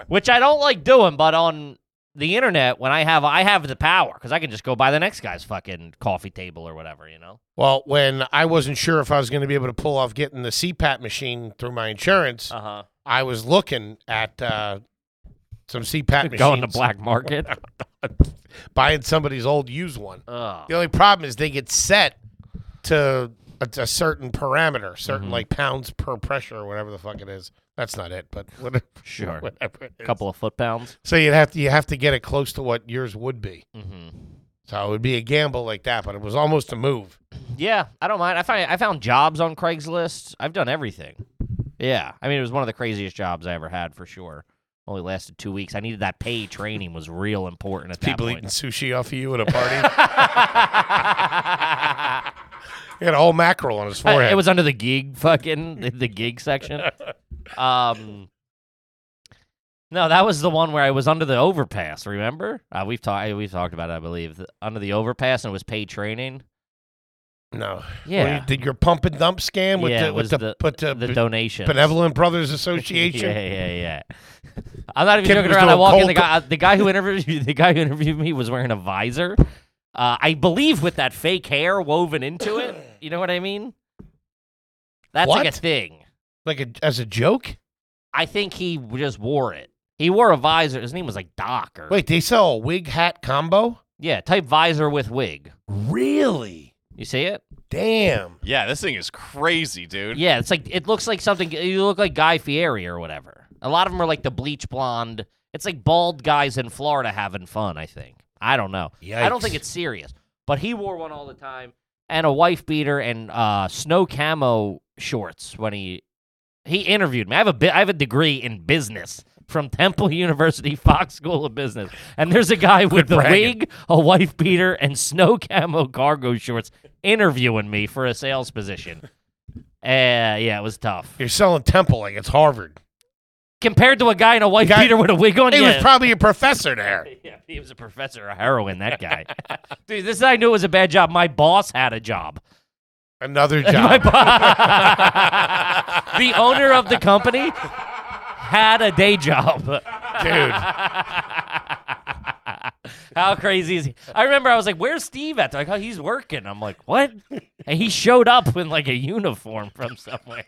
which I don't like doing. But on the internet, when I have I have the power because I can just go buy the next guy's fucking coffee table or whatever. You know. Well, when I wasn't sure if I was going to be able to pull off getting the CPAP machine through my insurance, Uh huh. I was looking at uh, some CPAP machines, Going to black market. buying somebody's old used one. Ugh. The only problem is they get set to a, a certain parameter, certain Mm-hmm. like pounds per pressure or whatever the fuck it is. That's not it, but whatever, Sure. whatever it is. couple of foot pounds. So you'd have to you have to get it close to what yours would be. hmm So it would be a gamble like that, but it was almost a move. Yeah, I don't mind. I find I found jobs on Craigslist. I've done everything. Yeah, I mean it was one of the craziest jobs I ever had for sure. Only lasted two weeks. I needed that pay training was real important at that People eating point. sushi off of you at a party. he had a whole mackerel on his forehead. it was under the gig fucking the- the gig section. Um, no, that was the one where I was under the overpass. Remember? Uh, we've talked we've talked about it, I believe, The- under the overpass and it was paid training. no. Yeah, Well, you did your pump and dump scam with Yeah, the it with was the, the- with the, the be- donation. Benevolent Brothers Association? Yeah, yeah, yeah. I'm not even Kid joking was around. I doing walk in. cold The guy, uh, the guy who interviewed, the guy who interviewed me was wearing a visor. Uh, I believe with that fake hair woven into it. You know what I mean? That's like a What? thing. Like a, as a joke? I think he just wore it. He wore a visor. His name was like Doc or Wait, they sell a wig hat combo? yeah, type visor with wig. Really? You see it? Damn. Yeah, this thing is crazy, dude. Yeah, it's like it looks like something. You look like Guy Fieri or whatever. A lot of them are like the bleach blonde. It's like bald guys in Florida having fun. I think. I don't know. I don't think Yikes. it's serious. But he wore one all the time, and a wife beater and uh, snow camo shorts when he he interviewed me. I have a bi- I have a degree in business from Temple University Fox School of Business, and there's a guy with the bragging. wig, a wife beater, and snow camo cargo shorts interviewing me for a sales position. Uh, yeah, it was tough You're selling Temple like it's Harvard. compared to a guy in a white Guy- beater with a wig on. He yeah. was probably a professor there. Yeah, he was a professor of heroin, that guy. Dude, this I knew it was a bad job. My boss had a job. Another My job. bo- the owner of the company had a day job. Dude. How crazy is he? I remember I was like, where's Steve at? They're like, oh, he's working. I'm like, what? And he showed up in like a uniform from somewhere.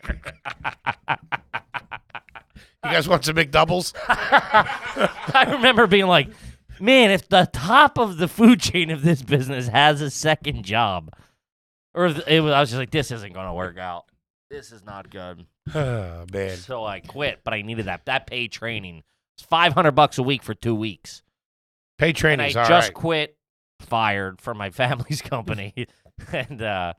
You guys want some big doubles? I remember being like, man, if the top of the food chain of this business has a second job, or if it was, I was just like, this isn't going to work out. This is not good. oh, man. So I quit, but I needed that that paid training. It's five hundred bucks a week for two weeks, Pay and I training's all right. just quit, fired from my family's company, and uh,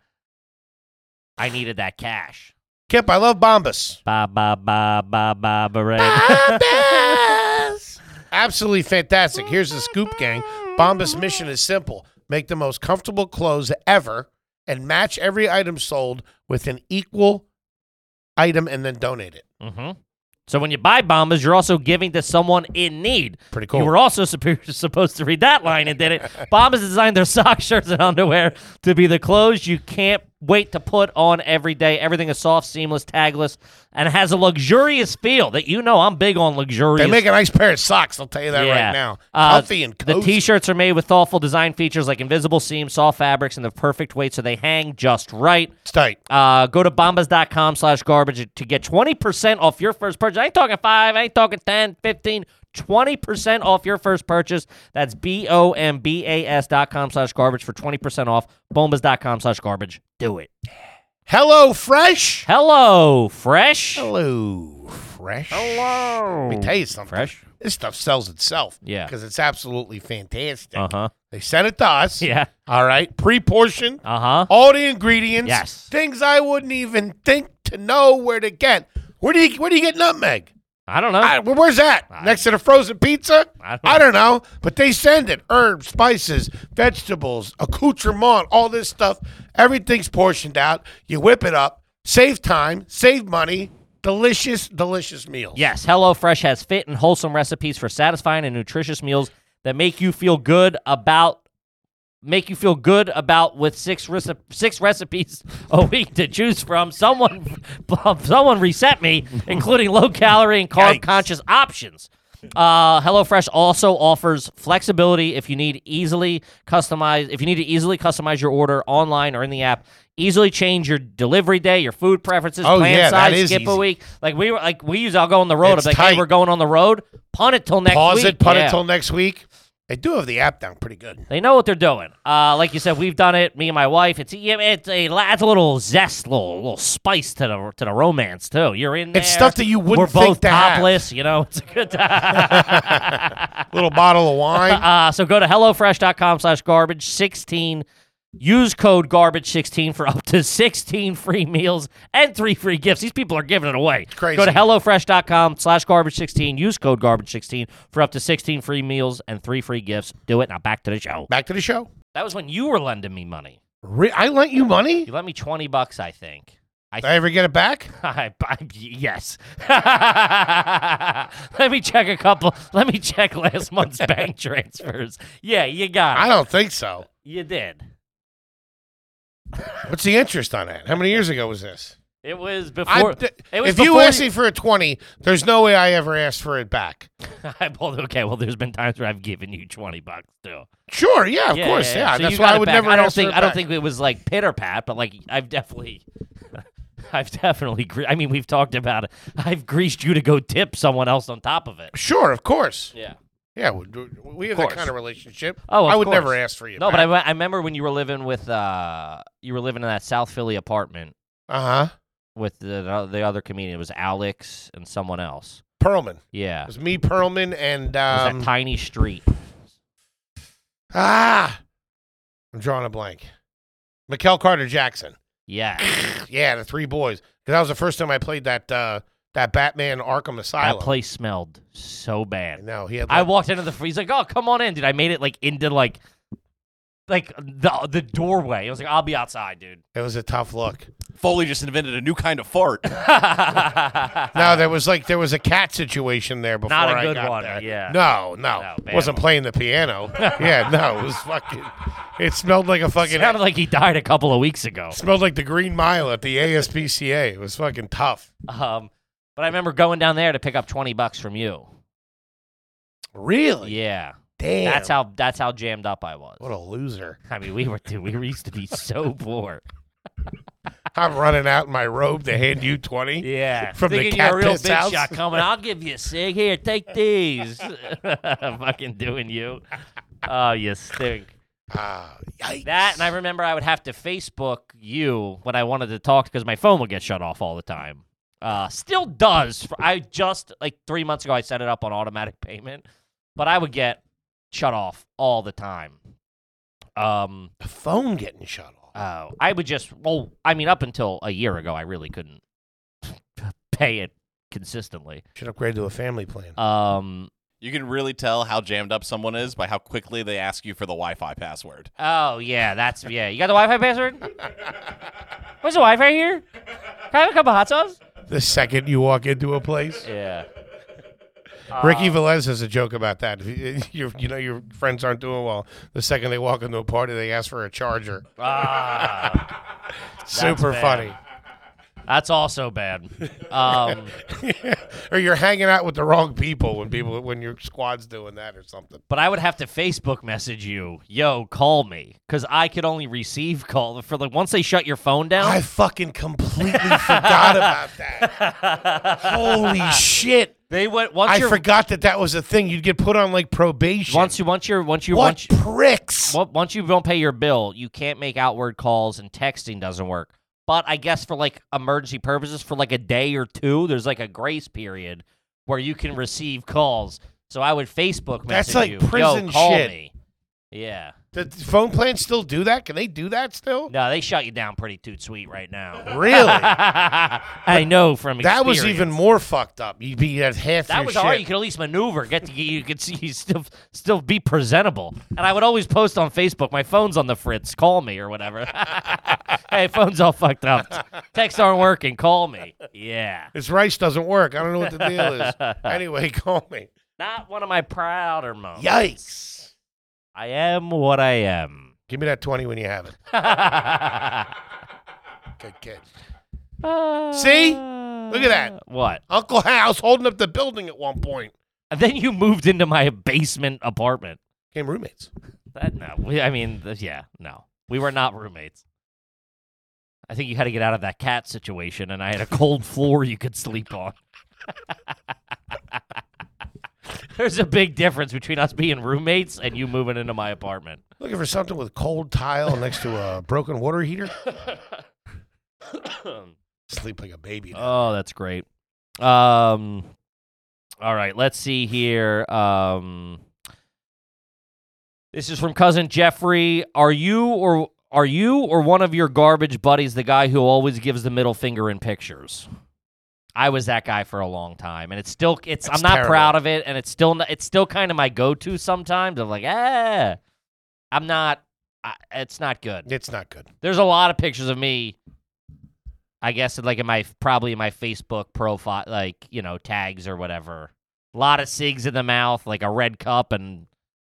I needed that cash. Kip, I love Bombas. Ba ba ba ba ba beret. Absolutely fantastic. Here's the scoop, gang. Bombas' mission is simple make the most comfortable clothes ever and match every item sold with an equal item and then donate it. hmm So when you buy bombas, you're also giving to someone in need. Pretty cool. You were also suppo- supposed to read that line and did it. Bombas designed their socks, shirts, and underwear to be the clothes you can't wait to put on every day. Everything is soft, seamless, tagless, and has a luxurious feel that you know I'm big on luxurious. They make a nice pair of socks. I'll tell you that Yeah. right now. Uh, Comfy and cozy. the t-shirts are made with thoughtful design features like invisible seams, soft fabrics, and the perfect weight so they hang just right. It's tight. Uh, go to bombas.com slash garbage to get 20% off your first purchase. I ain't talking 5, I ain't talking 10, 15, 20% off your first purchase. That's B-O-M-B-A-S dot com slash garbage for 20% off. Bombas.com slash garbage. Do it. Hello Fresh. Hello, Fresh. Oh. Hello Fresh. Hello. Let me tell you something. Fresh. This stuff sells itself. Yeah. Because it's absolutely fantastic. Uh-huh. They sent it to us. Yeah. All right. Pre portioned. Uh-huh. all the ingredients. Yes. Things I wouldn't even think to know where to get. Where do you where do you get nutmeg? I don't know. I- well, where's that? Next to the frozen pizza? I don't- know. But they send it. Herbs, spices, vegetables, accoutrement, all this stuff. Everything's portioned out. You whip it up. Save time, save money. Delicious, delicious meals. Yes, HelloFresh has fit and wholesome recipes for satisfying and nutritious meals that make you feel good about make you feel good about with six reci- six recipes a week to choose from. Someone someone reset me, including low calorie and carb conscious options. Uh, HelloFresh also offers flexibility if you need easily customize if you need to easily customize your order online or in the app. Easily change your delivery day, your food preferences, Oh, plan yeah, that size, is skip a easy. week. Like we were like we use I'll go on the road. It's I'm like, hey, tight. we're going on the road. Punt it till next Pause week. it, put Yeah. it till next week. They do have the app down pretty good. They know what they're doing. Uh, like you said, we've done it. Me and my wife. It's yeah, it's a la- it's a little zest, little little spice to the to the romance too. You're in there. It's stuff that you wouldn't We're think both to have. topless. You know, it's a good time. Little bottle of wine. uh, so go to hellofresh.com slash garbage sixteen. Use code garbage sixteen for up to sixteen free meals and three free gifts. These people are giving it away. crazy. Go to hellofresh.com slash garbage sixteen. Use code garbage sixteen for up to sixteen free meals and three free gifts. Do it now. Back to the show. Back to the show. That was when you were lending me money. Re- I lent you money. You lent me twenty bucks, I think. I, Did I ever get it back? I, I yes. let me check a couple. Let me check last month's bank transfers. Yeah, you got I it. don't think so. You did. What's the interest on that? How many years ago was this? It was I- before. th- it was if you before asked me for a 20, there's no way I ever asked for it back. I- well, okay. Well, there's been times where I've given you twenty bucks too. Sure, yeah, of course, yeah. So you That's why got I it would back. never I don't ask for think. it I don't back. think it was like pitter pat, but like I've definitely. I've definitely. Gre- I mean, we've talked about it. I've greased you to go tip someone else on top of it. Sure, of course. Yeah. Yeah, we, we- we have course. that kind of relationship. Oh, of I would course. never ask for you. No, but I, me- I remember when you were living with uh you were living in that South Philly apartment but I. Uh huh. with the the- the other comedian. It was Alex and someone else. Perlman. Yeah, It it was, was me, Perlman, and. Um, that tiny street. ah! I'm drawing a blank. Mikel Carter Jackson. Yeah, Yeah, the three boys. 'Cause that was the first time I played that uh, that Batman Arkham that Asylum. place smelled so bad. no, he had. I like- walked into the freezer. Like, oh, come on in, dude. I made it like into like like the the doorway. I was like, I'll be outside, dude. it was a tough look. Foley just invented a new kind of fart. no, No, there was like there was a cat situation there before. Ah. Not a I good got one, there. yeah. No, no, No, bad wasn't one. playing the piano. yeah, no, it was fucking. It smelled like a fucking. sounded like he died a couple of weeks ago. smelled like the Green Mile at the ASPCA. It was fucking tough. Um, but I remember going down there to pick up twenty bucks from you. Really? Yeah. Damn. That's how that's how jammed up I was. What a loser! I mean, we were dude, we used to be so poor. I'm running out in my robe to hand you twenty. Yeah, From the thinking cat you're a real piss big house? shot coming. I'll give you a cig. Here, take these. Fucking doing you. Oh, you stink. Ah, yikes. That and I remember I would have to Facebook you when I wanted to talk because my phone would get shut off all the time. Uh, still does. For- I just like three months ago I set it up on automatic payment, but I would get shut off all the time. Um, the phone getting shut off. Oh, I would just. Well, I mean, up until a year ago, I really couldn't pay it consistently. Should upgrade to a family plan. Um. You can really tell how jammed up someone is by how quickly they ask you for the Wi-Fi password. Oh yeah, that's yeah. You got the Wi-Fi password? Where's the Wi-Fi here? Can I have a cup of hot sauce? the second you walk into a place, Yeah. Ricky Velez has a joke about that. If you- you you know your friends aren't doing well. The second they walk into a party, they ask for a charger. Ah, Super bad. funny. that's also bad. Um, or you're hanging out with the wrong people when people when your squad's doing that or something. but I would have to Facebook message you, yo, call me, because I could only receive call for like once they shut your phone down. I fucking completely forgot about that. Holy shit! they went once I you're forgot that that was a thing. You'd get put on like probation. once you once you're once you what once you, pricks? well, once you don't pay your bill, you can't make outward calls and texting doesn't work. But I guess for like emergency purposes, for like a day or two, there's like a grace period where you can receive calls. So I would Facebook That's message like you, prison yo, call shit." me. Yeah. The phone plans still do that? Can they do that still? No, they shut you down pretty toot sweet right now. Really? I know from experience. That was even more fucked up. You'd be at half That your was shit. all right. You could at least maneuver. Get to you could see you still still be presentable. And I would always post on Facebook, my phone's on the fritz. Call me or whatever. hey, phone's all fucked up. Texts aren't working. Call me. Yeah, This rice doesn't work. I don't know what the deal is. Anyway, call me. not one of my prouder moments. Yikes. I am what I am. Give me that 20 when you have it. Good kid. See? Look at that. What? Uncle House holding up the building at one point. And then you moved into my basement apartment. Came roommates. That no. We, I mean, th- yeah, no. We were not roommates. I think you had to get out of that cat situation, and I had a cold floor you could sleep on. There's a big difference between us being roommates and you moving into my apartment. Looking for something with cold tile next to a broken water heater? Sleep like a baby. now. Oh, that's great. Um, all right, let's see here. Um, this is from cousin Jeffrey. Are you or are you or one of your garbage buddies the guy who always gives the middle finger in pictures? I was that guy for a long time, and it's still it's. That's I'm not terrible. proud of it, and it's still n- it's still kind of my go-to sometimes. I'm like, ah, I'm not. I, it's not good It's not good. there's a lot of pictures of me i guess like in my probably in my facebook profile like you know tags or whatever a lot of cigs in the mouth like a red cup and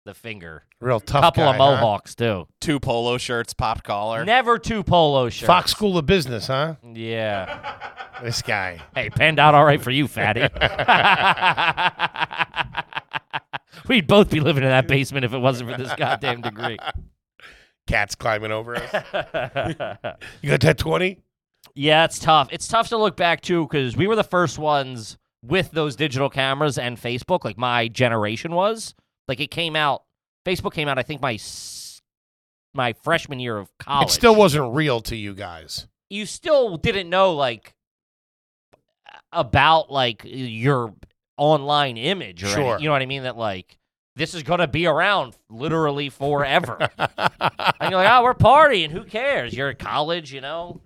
the finger Real a tough couple guy, of huh? mohawks Two polo shirts, pop collar. too never two polo shirts Fox School of Business, huh? yeah This guy. hey panned out all right for you fatty we'd both be living in that basement if it wasn't for this goddamn degree Cat's climbing over us. You got that 20? Yeah, it's tough. It's tough to look back too because we were the first ones with those digital cameras and Facebook. Like my generation was. Like it came out. Facebook came out. I think my s- my freshman year of college. It still wasn't real to you guys. You still didn't know like about like your online image. Or any- Sure. you know what I mean. That like this is gonna be around literally forever. and you're like, oh, we're partying. Who cares? You're at college. You know.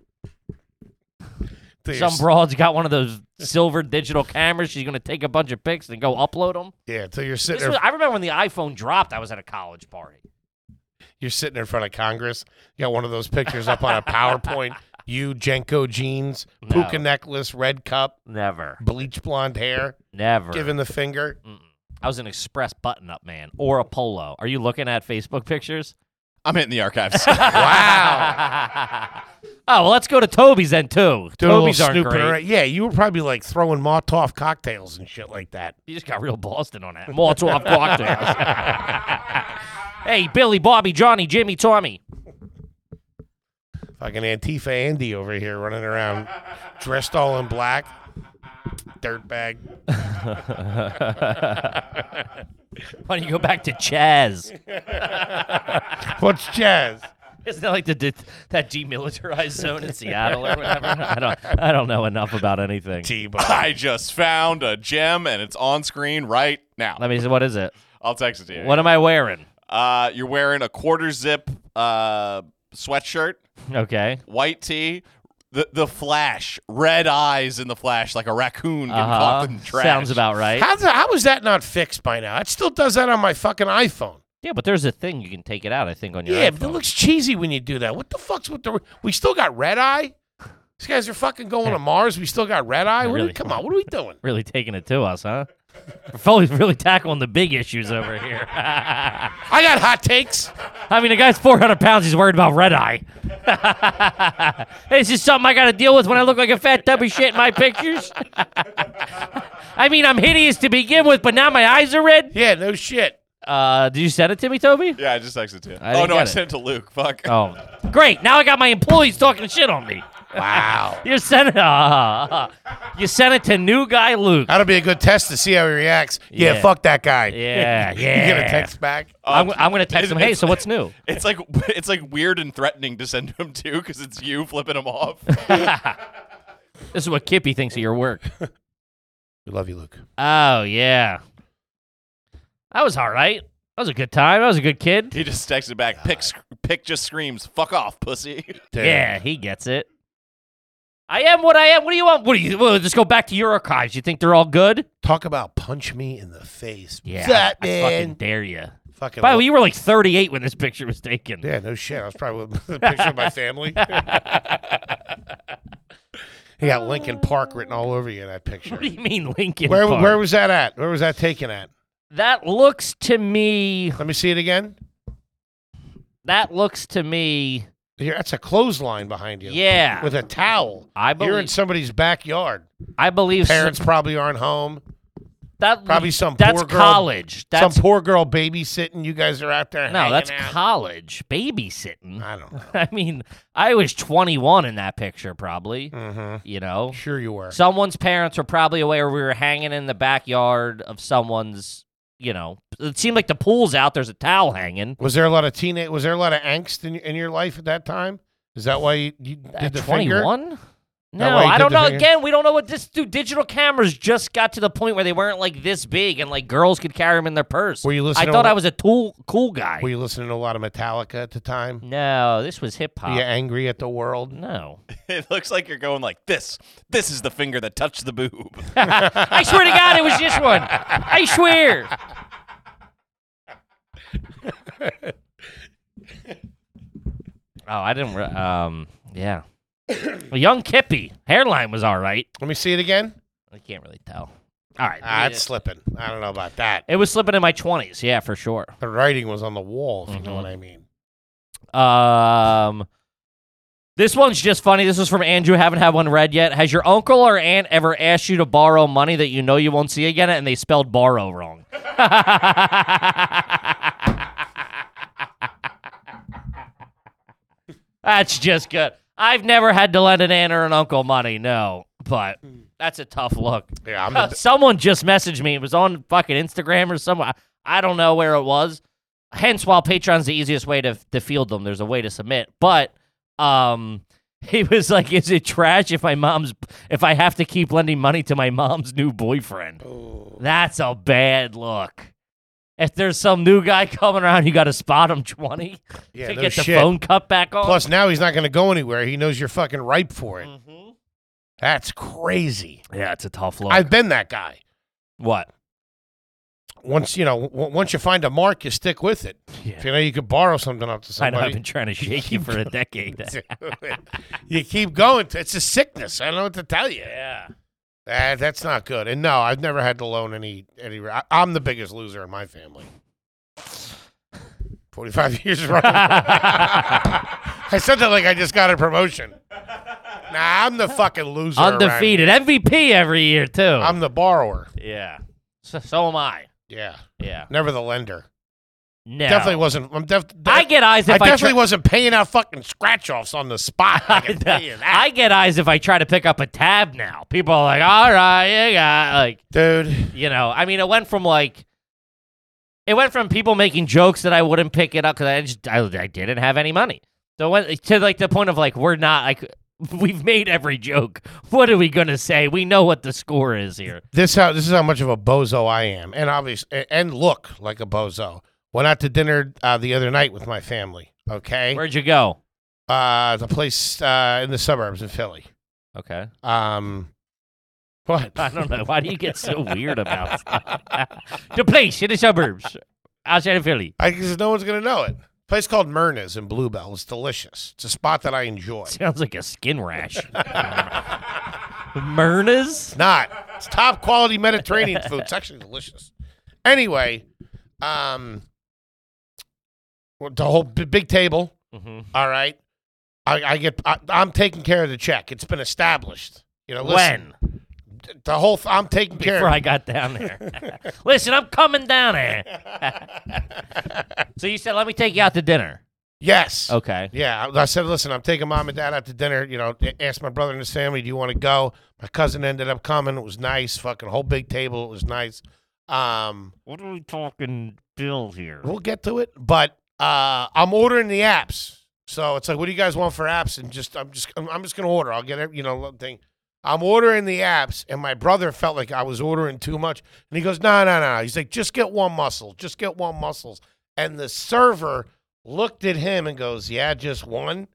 Some broad's got one of those silver digital cameras. She's gonna take a bunch of pics and go upload them. yeah, so you're sitting This there was, I remember when the iPhone dropped. I was at a college party. you're sitting in front of Congress. You got one of those pictures up on a PowerPoint. You Jenko jeans, puka No. necklace, red cup, Never, bleach blonde hair, never. giving the finger. I was an express button-up man or a polo. Are you looking at Facebook pictures? I'm hitting the archives. Wow. oh well, let's go to Toby's then too. Doing a little Toby's aren't snooping great. around. Yeah, you were probably like throwing Motov cocktails and shit like that. You just got real Boston on that. Molotov cocktails. hey, Billy, Bobby, Johnny, Jimmy, Tommy. Fucking Antifa Andy over here running around dressed all in black. Dirtbag. Why don't you go back to Chaz? What's jazz? Isn't that like the, de- that demilitarized zone in Seattle or whatever? I don't I don't know enough about anything. T-Bone. I just found a gem and it's on screen right now. Let me see. What is it? I'll text it to you. What am I wearing? Uh, you're wearing a quarter zip uh, sweatshirt, Okay. white tee, the the flash, red eyes in the flash, like a raccoon getting Uh-huh. caught in the trash. Sounds about right. How's that, how is that not fixed by now? It still does that on my fucking iPhone. Yeah, but there's a thing you can take it out. I think on your Yeah, but it iPhone. looks cheesy when you do that. What the fuck's with the? We still got red eye. These guys are fucking going to Mars. We still got red eye. What are we- Really? come on, what are we doing? really taking it to us, huh? Foley's really tackling the big issues over here. I got hot takes. I mean, the guy's 400 pounds. He's worried about red eye. it's just something I got to deal with when I look like a fat tub of shit in my pictures. I mean, I'm hideous to begin with, but now my eyes are red. Yeah, no shit. Uh, did you send it to me, Toby? Yeah, I just texted to you. I oh didn't no, get I it. sent it to Luke. Fuck. Um, Oh, great! Now I got my employees talking shit on me. Wow. You sent it. Uh, you sent it to new guy Luke. That'll be a good test to see how he reacts. Yeah, Yeah. fuck that guy. Yeah, You get yeah. a text back. I'm, I'm gonna text him. it's- Hey, it's- so what's new? It's like it's like weird and threatening to send him to because it's you flipping him off. This is what Kippy thinks of your work. We love you, Luke. Oh yeah, that was all right. That was a good time. That was a good kid. he just texted back. Pick, sc- pick just screams. Fuck off, pussy. Damn. Yeah, he gets it. I am what I am. What do you want? What do you? Well, just go back to your archives. You think they're all good? Talk about punch me in the face. Yeah, That I, I fucking man. dare you. Fucking. By the way, you were like 38 when this picture was taken. yeah, no shit. I was probably with a picture of my family. you got Lincoln Park written all over you in that picture. What do you mean, Lincoln? Where Park? where was that at? Where was that taken at? That looks to me. Let me see it again. That looks to me. Here, that's a clothesline behind you. Yeah. With a towel. You're I in believe. somebody's backyard. I believe. so- Parents probably aren't home. that probably some That's poor girl- college. That's Some poor girl babysitting. You guys are out there. no. hanging That's out. college babysitting. I don't know. I mean, I was 21 in that picture, probably. Mm-hmm. You know, Sure you were. someone's parents were probably away, or we were hanging in the backyard of someone's. You know, it seemed like the pool's out. There's a towel hanging. Was there a lot of teenage? Was there a lot of angst in, in your life at that time? Is that why you, you did At the finger? 21? That No, why you did I don't the know. finger? Again, we don't know what this dude. Digital cameras just got to the point where they weren't like this big, and like girls could carry them in their purse. Were you I listening? thought to, I was a tool, cool guy. Were you listening to a lot of Metallica at the time? no, this was hip hop. Were you angry at the world? No, It looks like you're going like this. This is the finger that touched the boob. I swear to God, it was this one. I swear. oh, I didn't. Re- um, yeah. Well, young Kippy hairline was all right. Let me see it again. I can't really tell. All right, Ah, it's slipping. I don't know about that. It was slipping in my twenties, yeah, for sure. The writing was on the wall, if you know Mhm. what I mean. Um, this one's just funny. This is from Andrew. Haven't had one read yet. Has your uncle or aunt ever asked you to borrow money that you know you won't see again, and they spelled borrow wrong? that's just good. I've never had to lend an aunt or an uncle money. No, but that's a tough look. Yeah, I'm Uh, the, someone just messaged me. It was on fucking Instagram or somewhere. I don't know where it was. Hence, while Patreon's the easiest way to, to field them, there's a way to submit. But um, he was like, "Is it trash if my mom's if I have to keep lending money to my mom's new boyfriend? Oh. That's a bad look. If there's some new guy coming around, you got to spot him twenty yeah, to no get the shit. phone cut back on. Plus, now he's not going to go anywhere. He knows you're fucking ripe for it. Mhm. That's crazy. yeah, it's a tough look. I've been that guy. what? Once you know, w- once you find a mark, you stick with it. Yeah. If you know you could borrow something off to I know somebody, I've been trying to shake you for a decade. you keep going. It's a sickness. I don't know what to tell you. yeah. That- that's not good. And no, I've never had to loan any. any I, I'm the biggest loser in my family. Forty-five years running. I said that like I just got a promotion. Nah, I'm the fucking loser. around here. Undefeated MVP every year too. I'm the borrower. yeah. So, so am I. Yeah, Yeah. never the lender. No. Definitely wasn't. I'm def- I get eyes I if I, definitely try- wasn't paying out fucking scratch offs on the spot. I can tell you that. I get eyes if I try to pick up a tab now. People are like, "All right, you got like, Dude, you know." I mean, it went from like it went from people making jokes that I wouldn't pick it up cuz I just I, I didn't have any money. So it went to like the point of like we're not like we've made every joke. What are we going to say? We know what the score is here. this how this is how much of a bozo I am, and obvious and, and look like a bozo. Went out to dinner uh, the other night with my family. Okay, Where'd you go? uh, the place uh, in the suburbs in Philly. Okay. Um, what? I don't know. Why do you get so weird about stuff? the place in the suburbs outside of Philly? I guess no one's gonna know it. Place called Myrna's in Bluebell. It's delicious. It's a spot that I enjoy. Sounds like a skin rash. Myrna's? It's not. It's top quality Mediterranean food. It's actually delicious. Anyway, um, well, the whole b- big table. Mm-hmm. All right, I, I get. I, I'm taking care of the check. It's been established. You know, listen, When? when the whole. Th- I'm taking care. Before I got down there. Listen, I'm coming down there. so you said, let me take you out to dinner. Yes. Okay. Yeah, I I said, listen, I'm taking mom and dad out to dinner. You know, asked my brother and his family, do you want to go? My cousin ended up coming. It was nice. Fucking whole big table. It was nice. Um, What are we talking Bill here? we'll get to it, but uh, I'm ordering the apps. So it's like, what do you guys want for apps? And just, I'm just, I'm, I'm just gonna order. I'll get it. You know, little thing. I'm ordering the apps, and my brother felt like I was ordering too much, and he goes, no, no, no. He's like, just get one muscle, just get one muscles. And the server looked at him and goes, yeah, just one.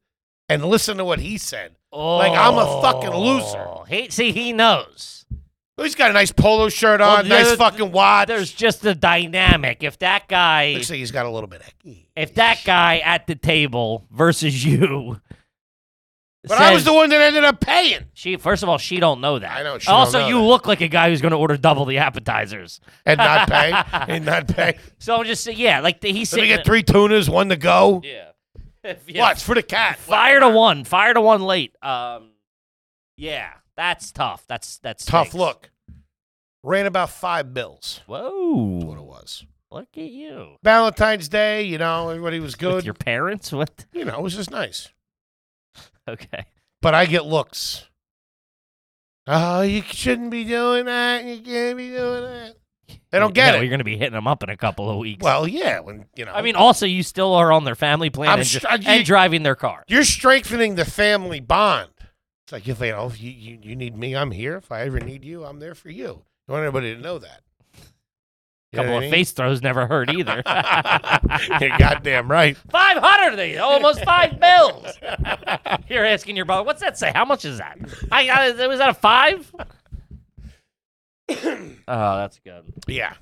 And listen to what he said. Like, I'm a fucking loser. Oh, He, see, he knows. Oh, He's got a nice polo shirt Well, on, the nice other- fucking watch. There's just a dynamic. If that guy, Looks like he's got a little bit. Of... if that guy at the table versus you, But I was says- the one that ended up paying. She first of all, she don't know that. I know she don't also, know you that. look like a guy who's going to order double the appetizers. and not pay and not pay. So I'm just say- yeah, like the, he's Let me sitting. get three tunas, one to go. yeah. yeah. What? It's for the cat. Fire to one. Fire to one late. Um. Yeah, that's tough. That's that's Tough stinks. look. Ran about five bills. What Whoa! it was. Look at you. Valentine's Day, you know, everybody was With good. your parents? What? you know, it was just nice. Okay. But I get looks. Oh, you shouldn't be doing that. You can't be doing that. They don't get No, it. You're going to be hitting them up in a couple of weeks. Well, yeah, when you know. I mean, also you still are on their family plan I'm and, dri- str- you- and driving their car. you're strengthening the family bond. It's like if you know, if you, you you need me, I'm here. If I ever need you, I'm there for you. You want everybody to know that. A You know couple what I of mean? face throws never hurt either. You're goddamn right. Five hundred of these, almost five bills. You're asking your brother, what's that say? How much is that? I got it. Was that a five? oh, that's good. Yeah.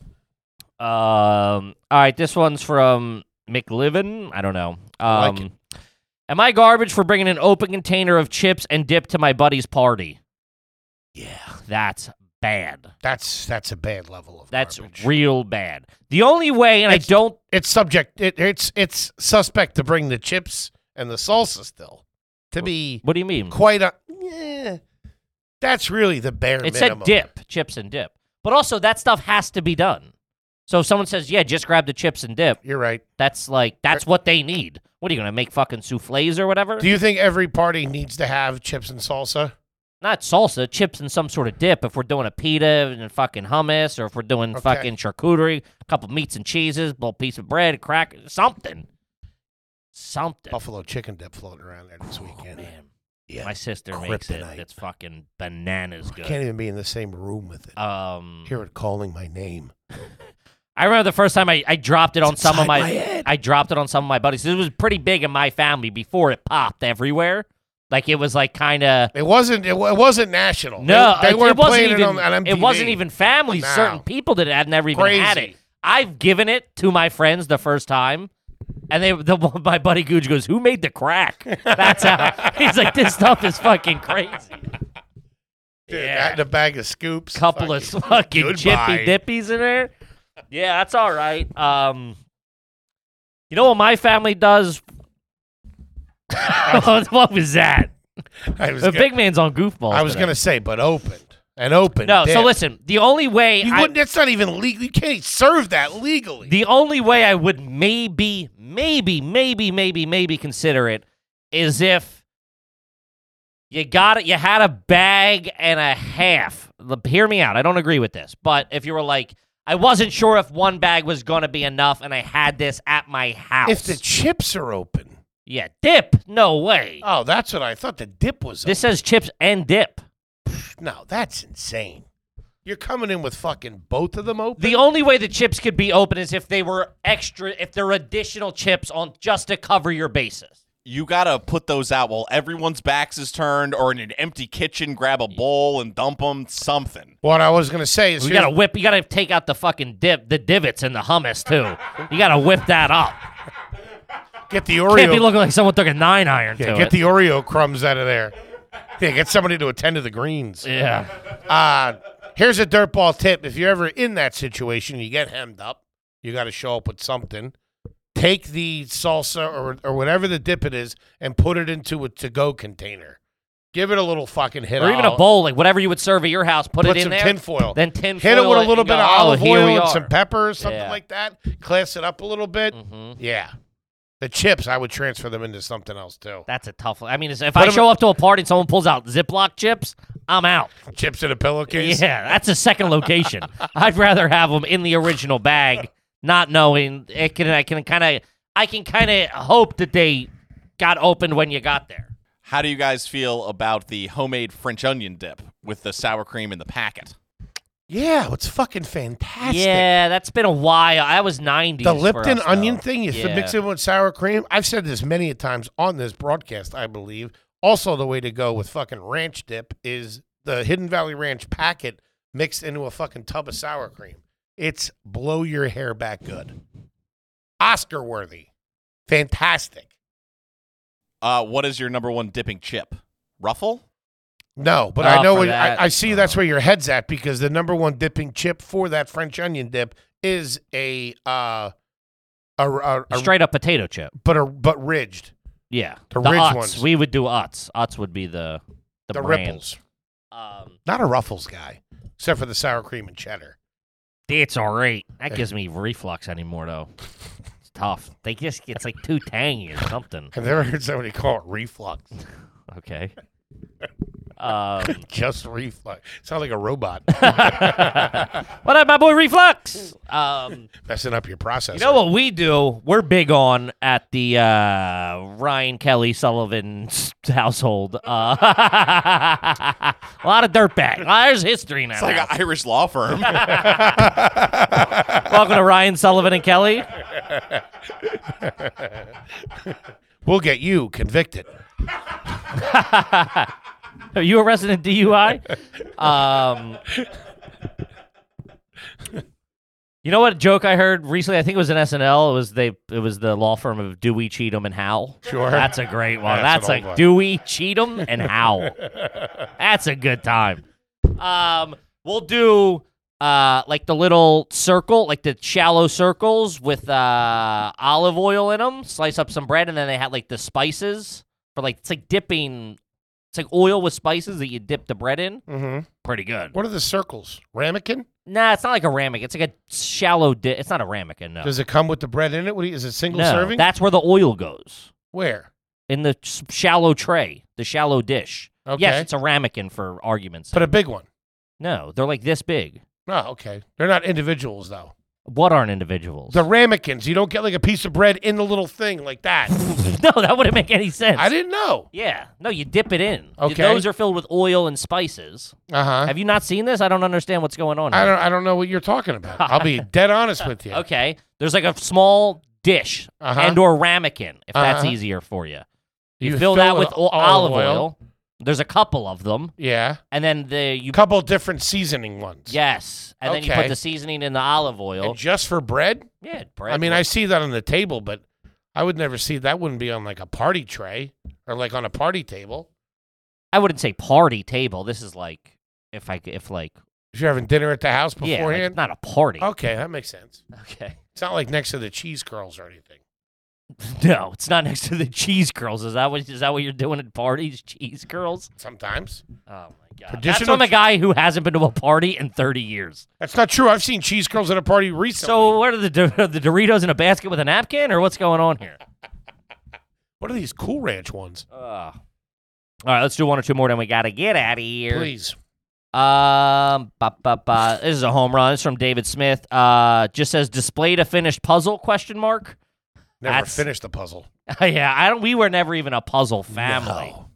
Um, all right, this one's from McLivin. I don't know. Um, I like am I garbage for bringing an open container of chips and dip to my buddy's party? Yeah, that's bad. That's that's a bad level of That's garbage. real bad. The only way, and It's- I don't it's subject it, it's it's suspect to bring the chips and the salsa still. To be What do you mean? quite a yeah. That's really the bare It minimum. said dip, chips and dip. But also that stuff has to be done. So if someone says, "Yeah, just grab the chips and dip," You're right. that's like that's what they need. What are you gonna make fucking souffles or whatever? Do you think every party needs to have chips and salsa? Not salsa, chips and some sort of dip. If we're doing a pita and fucking hummus, or if we're doing Okay. fucking charcuterie, a couple meats and cheeses, little piece of bread, crack, something, something. Buffalo chicken dip floating around there this weekend. Oh, Man, Oh, Yeah. my sister makes it. kryptonite. Oh, It's fucking bananas I good. can't even be in the same room with it. um, Hear it calling my name. I remember the first time I, I dropped it on some of inside my, my head. I dropped it on some of my buddies. This was pretty big in my family before it popped everywhere. Like it was like kind of It wasn't. It, wa- it wasn't national. no, they, they it, weren't it wasn't playing even it on, on MTV. it wasn't even families. No. Certain people that had never even had Crazy. it. I've given it to my friends the first time, and they the, my buddy Gooch goes, "Who made the crack?" That's how he's like, "This stuff is fucking crazy." Dude, yeah. that and a bag of scoops. couple of fucking goodbye. chippy dippies in there. Yeah, that's all right. Um, you know what my family does? what what was that? I was, The gonna, big man's on goofballs. I was today. gonna say, but open and open. No, dip. so listen. The only way You I, wouldn't. That's not even legal. You can't serve that legally. the only way I would maybe, maybe, maybe, maybe, maybe consider it is if you got it. You had a bag and a half. L- Hear me out. I don't agree with this, but if you were like, I wasn't sure if one bag was going to be enough, and I had this at my house. if the chips are open. yeah, dip. No way. Oh, that's what I thought. The dip was. this says chips and dip. open. No, that's insane. You're coming in with fucking both of them open. The only way the chips could be open is if they were extra, if there are additional chips on just to cover your bases. You gotta put those out while everyone's backs is turned, or in an empty kitchen, grab a bowl and dump them. Something. what I was gonna say is, You here's- gotta whip. You gotta take out the fucking dip, the divots and the hummus too. You gotta whip that up. get the Can't be Oreo. looking like someone took a nine iron Yeah, to get it. the Oreo crumbs out of there. Yeah, get somebody to attend to the greens. Yeah. Uh, here's a dirtball tip. If you're ever in that situation, you get hemmed up, you got to show up with something. Take the salsa or, or whatever the dip it is and put it into a to go container. Give it a little fucking hit. Or even a I'll bowl, like whatever you would serve at your house, put, Put it in some there. tinfoil. Then tinfoil. Hit it with a little bit of "Oh, olive oil and some pepper. pepper or something Yeah. Mm-hmm. like that. Class it up a little bit. Yeah. The chips, I would transfer them into something else too. That's a tough one. I mean, it's- if I Put 'em- show up to a party and someone pulls out Ziploc chips, I'm out. Chips in a pillowcase. Yeah, that's a second location. I'd rather have them in the original bag, not knowing it can. I can kind of, I can kind of hope that they got opened when you got there. How do you guys feel about the homemade French onion dip with the sour cream in the packet? Yeah, it's fucking fantastic. Yeah, that's been a while. I was ninety. The Lipton onion thing, you Yeah. mix it with sour cream. I've said this many a times on this broadcast, I believe. Also, the way to go with fucking ranch dip is the Hidden Valley Ranch packet mixed into a fucking tub of sour cream. It's blow your hair back good. Oscar worthy. Fantastic. Uh, what is your number one dipping chip? Ruffle? No, but Oh, I know for what, that, I, I see no. that's where your head's at because the number one dipping chip for that French onion dip is a uh a, a, a- straight up potato chip. but a but ridged Yeah, The ridge Utz. ones. We would do Utz. Utz would be the the, the, brand. ripples. Um, Not a Ruffles guy, except for the sour cream and cheddar. it's all right. That gives me reflux anymore though. It's tough. They just it's like too tangy or something. I've never heard somebody call it reflux. Okay. Um, Just reflux. Sound like a robot what up, my boy Reflux? Um, messing up your process. you know what we do? We're big on at the uh, Ryan Kelly Sullivan's household. Uh, a lot of dirtbag. There's history now. It's like an Irish law firm. Welcome to Ryan Sullivan and Kelly. We'll get you convicted. Are you a resident DUI? Um, you know what joke I heard recently? I think it was in SNL. It was they. It was the law firm of Dewey, Cheatham, and Howe. Sure. that's a great one. That's That's, an like old one. Dewey, Cheatham, and Howe. that's a good time. Um, we'll do uh like the little circle, like the shallow circles with uh olive oil in them. Slice up some bread, and then they had like the spices for like it's like dipping. It's like oil with spices that you dip the bread in. Mm-hmm. Pretty good. What are the circles? Ramekin? Nah, it's not like a ramekin. It's like a shallow dip. It's not a ramekin. No, Does it come with the bread in it? What do you- Is it single no, serving? that's where the oil goes Where? in the s- shallow tray, the shallow dish. Okay. Yes, it's a ramekin for arguments. but But a big one. no, they're like this big. Oh, okay. They're not individuals though. What aren't individuals? The ramekins. You don't get like a piece of bread in the little thing like that. no, that wouldn't make any sense. I didn't know. Yeah, no, you dip it in. Y- Okay. those are filled with oil and spices. Uh huh. Have you not seen this? I don't understand what's going on. I here. don't. I don't know what you're talking about. I'll be dead honest with you. Okay, there's like a small dish Uh-huh. and or ramekin, if that's Uh-huh. easier for you. You, fill, that with o- olive oil. There's a couple of them, Yeah. and then the you couple different seasoning ones. yes, and then you put Okay. the seasoning in the olive oil. And just for bread? yeah, bread. I mean, I see that on the table, but I would never see that. Wouldn't be on like a party tray or like on a party table. I wouldn't say party table. This is like if I c- if like If you're having dinner at the house yeah, like, it's beforehand. not a party. okay, that makes sense. Okay. It's not like next to the cheese curls or anything. No, it's not next to the cheese curls. Is that what is that what you're doing at parties? Cheese curls? Sometimes Oh my god. That's Traditional from a ch- guy who hasn't been to a party in 30 years. that's not true. I've seen cheese curls at a party recently. So what are the do- are the Doritos in a basket with a napkin or what's going on here? what are these Cool Ranch ones? Ugh. all right, let's do one or two more, then we gotta get out of here. Please. Um, ba, ba, ba. this is a home run. It's from David Smith. Uh, just says displayed a finished puzzle? Question mark. Never That's- finished the puzzle. yeah, I don't. We were never even a puzzle family. No.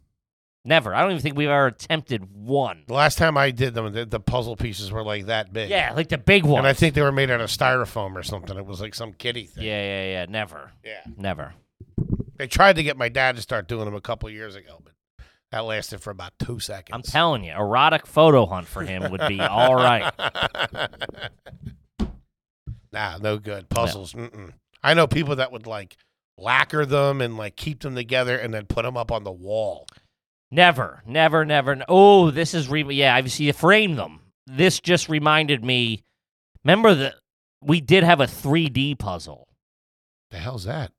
Never. I don't even think we've ever attempted one. The last time I did them, the, the puzzle pieces were like that big. Yeah, like the big one. And I think they were made out of styrofoam or something. It was like some kitty thing. Yeah, yeah, yeah. Never, yeah. never. They tried to get my dad to start doing them a couple years ago, but that lasted for about two seconds. I'm telling you, erotic photo hunt for him would be all right. nah, no good puzzles. Mm-mm. I know people that would like lacquer them and like keep them together and then put them up on the wall. Never, never, never. n- Oh, this is re- yeah. I've seen frame them. This just reminded me. Remember that we did have a 3D puzzle. The hell's that?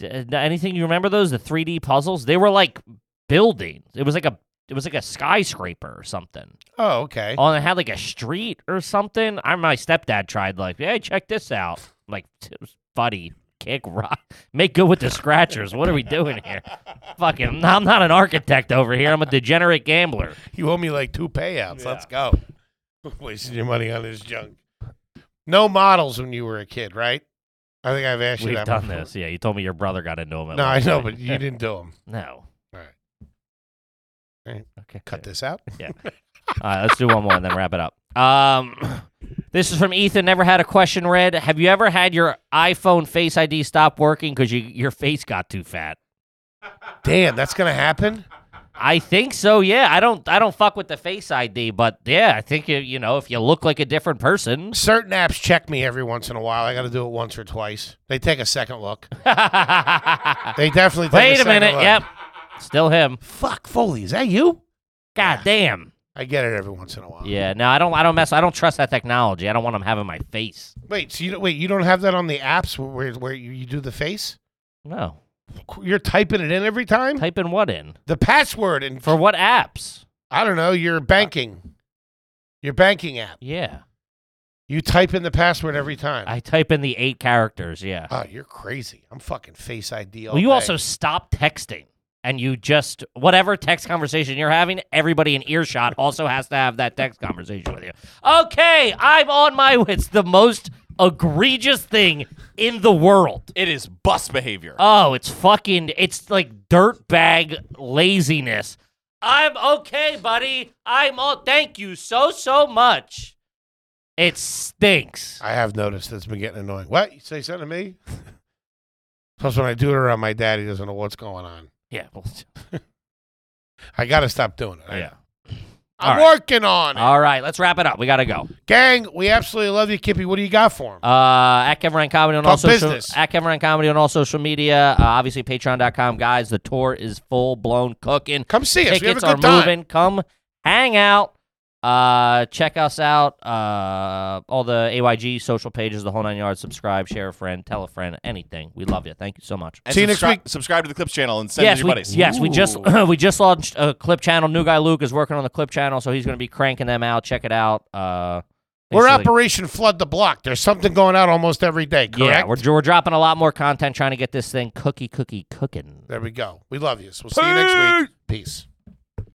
D- uh, anything you remember those the 3D puzzles? They were like buildings. It was like a it was like a skyscraper or something. Oh, okay. Oh, and it had like a street or something. I my stepdad tried like, hey, check this out. I'm like, buddy, kick rock, make good with the scratchers. What are we doing here? Fucking, I'm not- I'm not an architect over here. I'm a degenerate gambler. You owe me like two payouts. Let's go. Wasting your money on this junk. No models when you were a kid, right? I think I've asked you We've that. done before. this. Yeah, you told me your brother got into him. at No, I one know, point. but you didn't do them. no. All right. All right. Okay. Cut this out. All right, let's do one more and then wrap it up. Um, this is from Ethan. Never had a question read. Have you ever had your iPhone Face ID stop working because you, your face got too fat? Damn, that's gonna happen. I think so. Yeah, I don't. I don't fuck with the Face ID, but yeah, I think you, you know if you look like a different person. Certain apps check me every once in a while. I got to do it once or twice. They take a second look. Wait They definitely take a a second minute. look. Yep, still him. Fuck Foley, is that you? God damn. I get it every once in a while. Yeah. No, I don't. I don't mess. I don't trust that technology. I don't want them having my face. Wait, so you don't, wait, you don't have that on the apps where where, where you, you do the face? No. You're typing it in every time. Type in what in The password and for what apps? I don't know your banking, your banking app. Yeah. You type in the password every time. I type in the eight characters. Yeah. oh, you're crazy. I'm fucking Face ID. All Well, you day. also stop texting and you just, whatever text conversation you're having, everybody in earshot also has to have that text conversation with you. Okay, I'm on my way. It's the most egregious thing in the world. It is bus behavior. Uh, Oh, it's fucking, it's like dirtbag laziness. I'm okay, buddy. I'm all, thank you so, so much. It stinks. I have noticed it's been getting annoying. What? You say something to me? Plus, when I do it around my dad, he doesn't know what's going on. Yeah. well, I got to stop doing it. I- yeah. I'm All right. Uh, working on it. All right, let's wrap it up. We got to go. Gang, we absolutely love you, Kippy. What do you got for him? Uh, at Kevin Ryan Comedy on Talk all social business. at Kevin Ryan Comedy on all social media. Uh, obviously, Patreon.com guys. The tour is full blown cooking. Come see us. We have a Tickets are good time. moving. Come hang out. Uh, check us out. Uh, all the AYG social pages, the whole nine yards. Subscribe, share a friend, tell a friend, anything. We love you. Thank you so much. And See you next subscribe- week. Subscribe to the Clips channel and send yes, it to your we, buddies. yes, we just Ooh. we just launched a clip channel. New guy Luke is working on the clip channel, so he's going to be cranking them out. Check it out. Uh, We're basically- Operation Flood the Block. There's something going out almost every day, Yeah, correct? we're, we're dropping a lot more content trying to get this thing cookie, cookie, cooking. there we go. We love you. So we'll see you next week. Peace.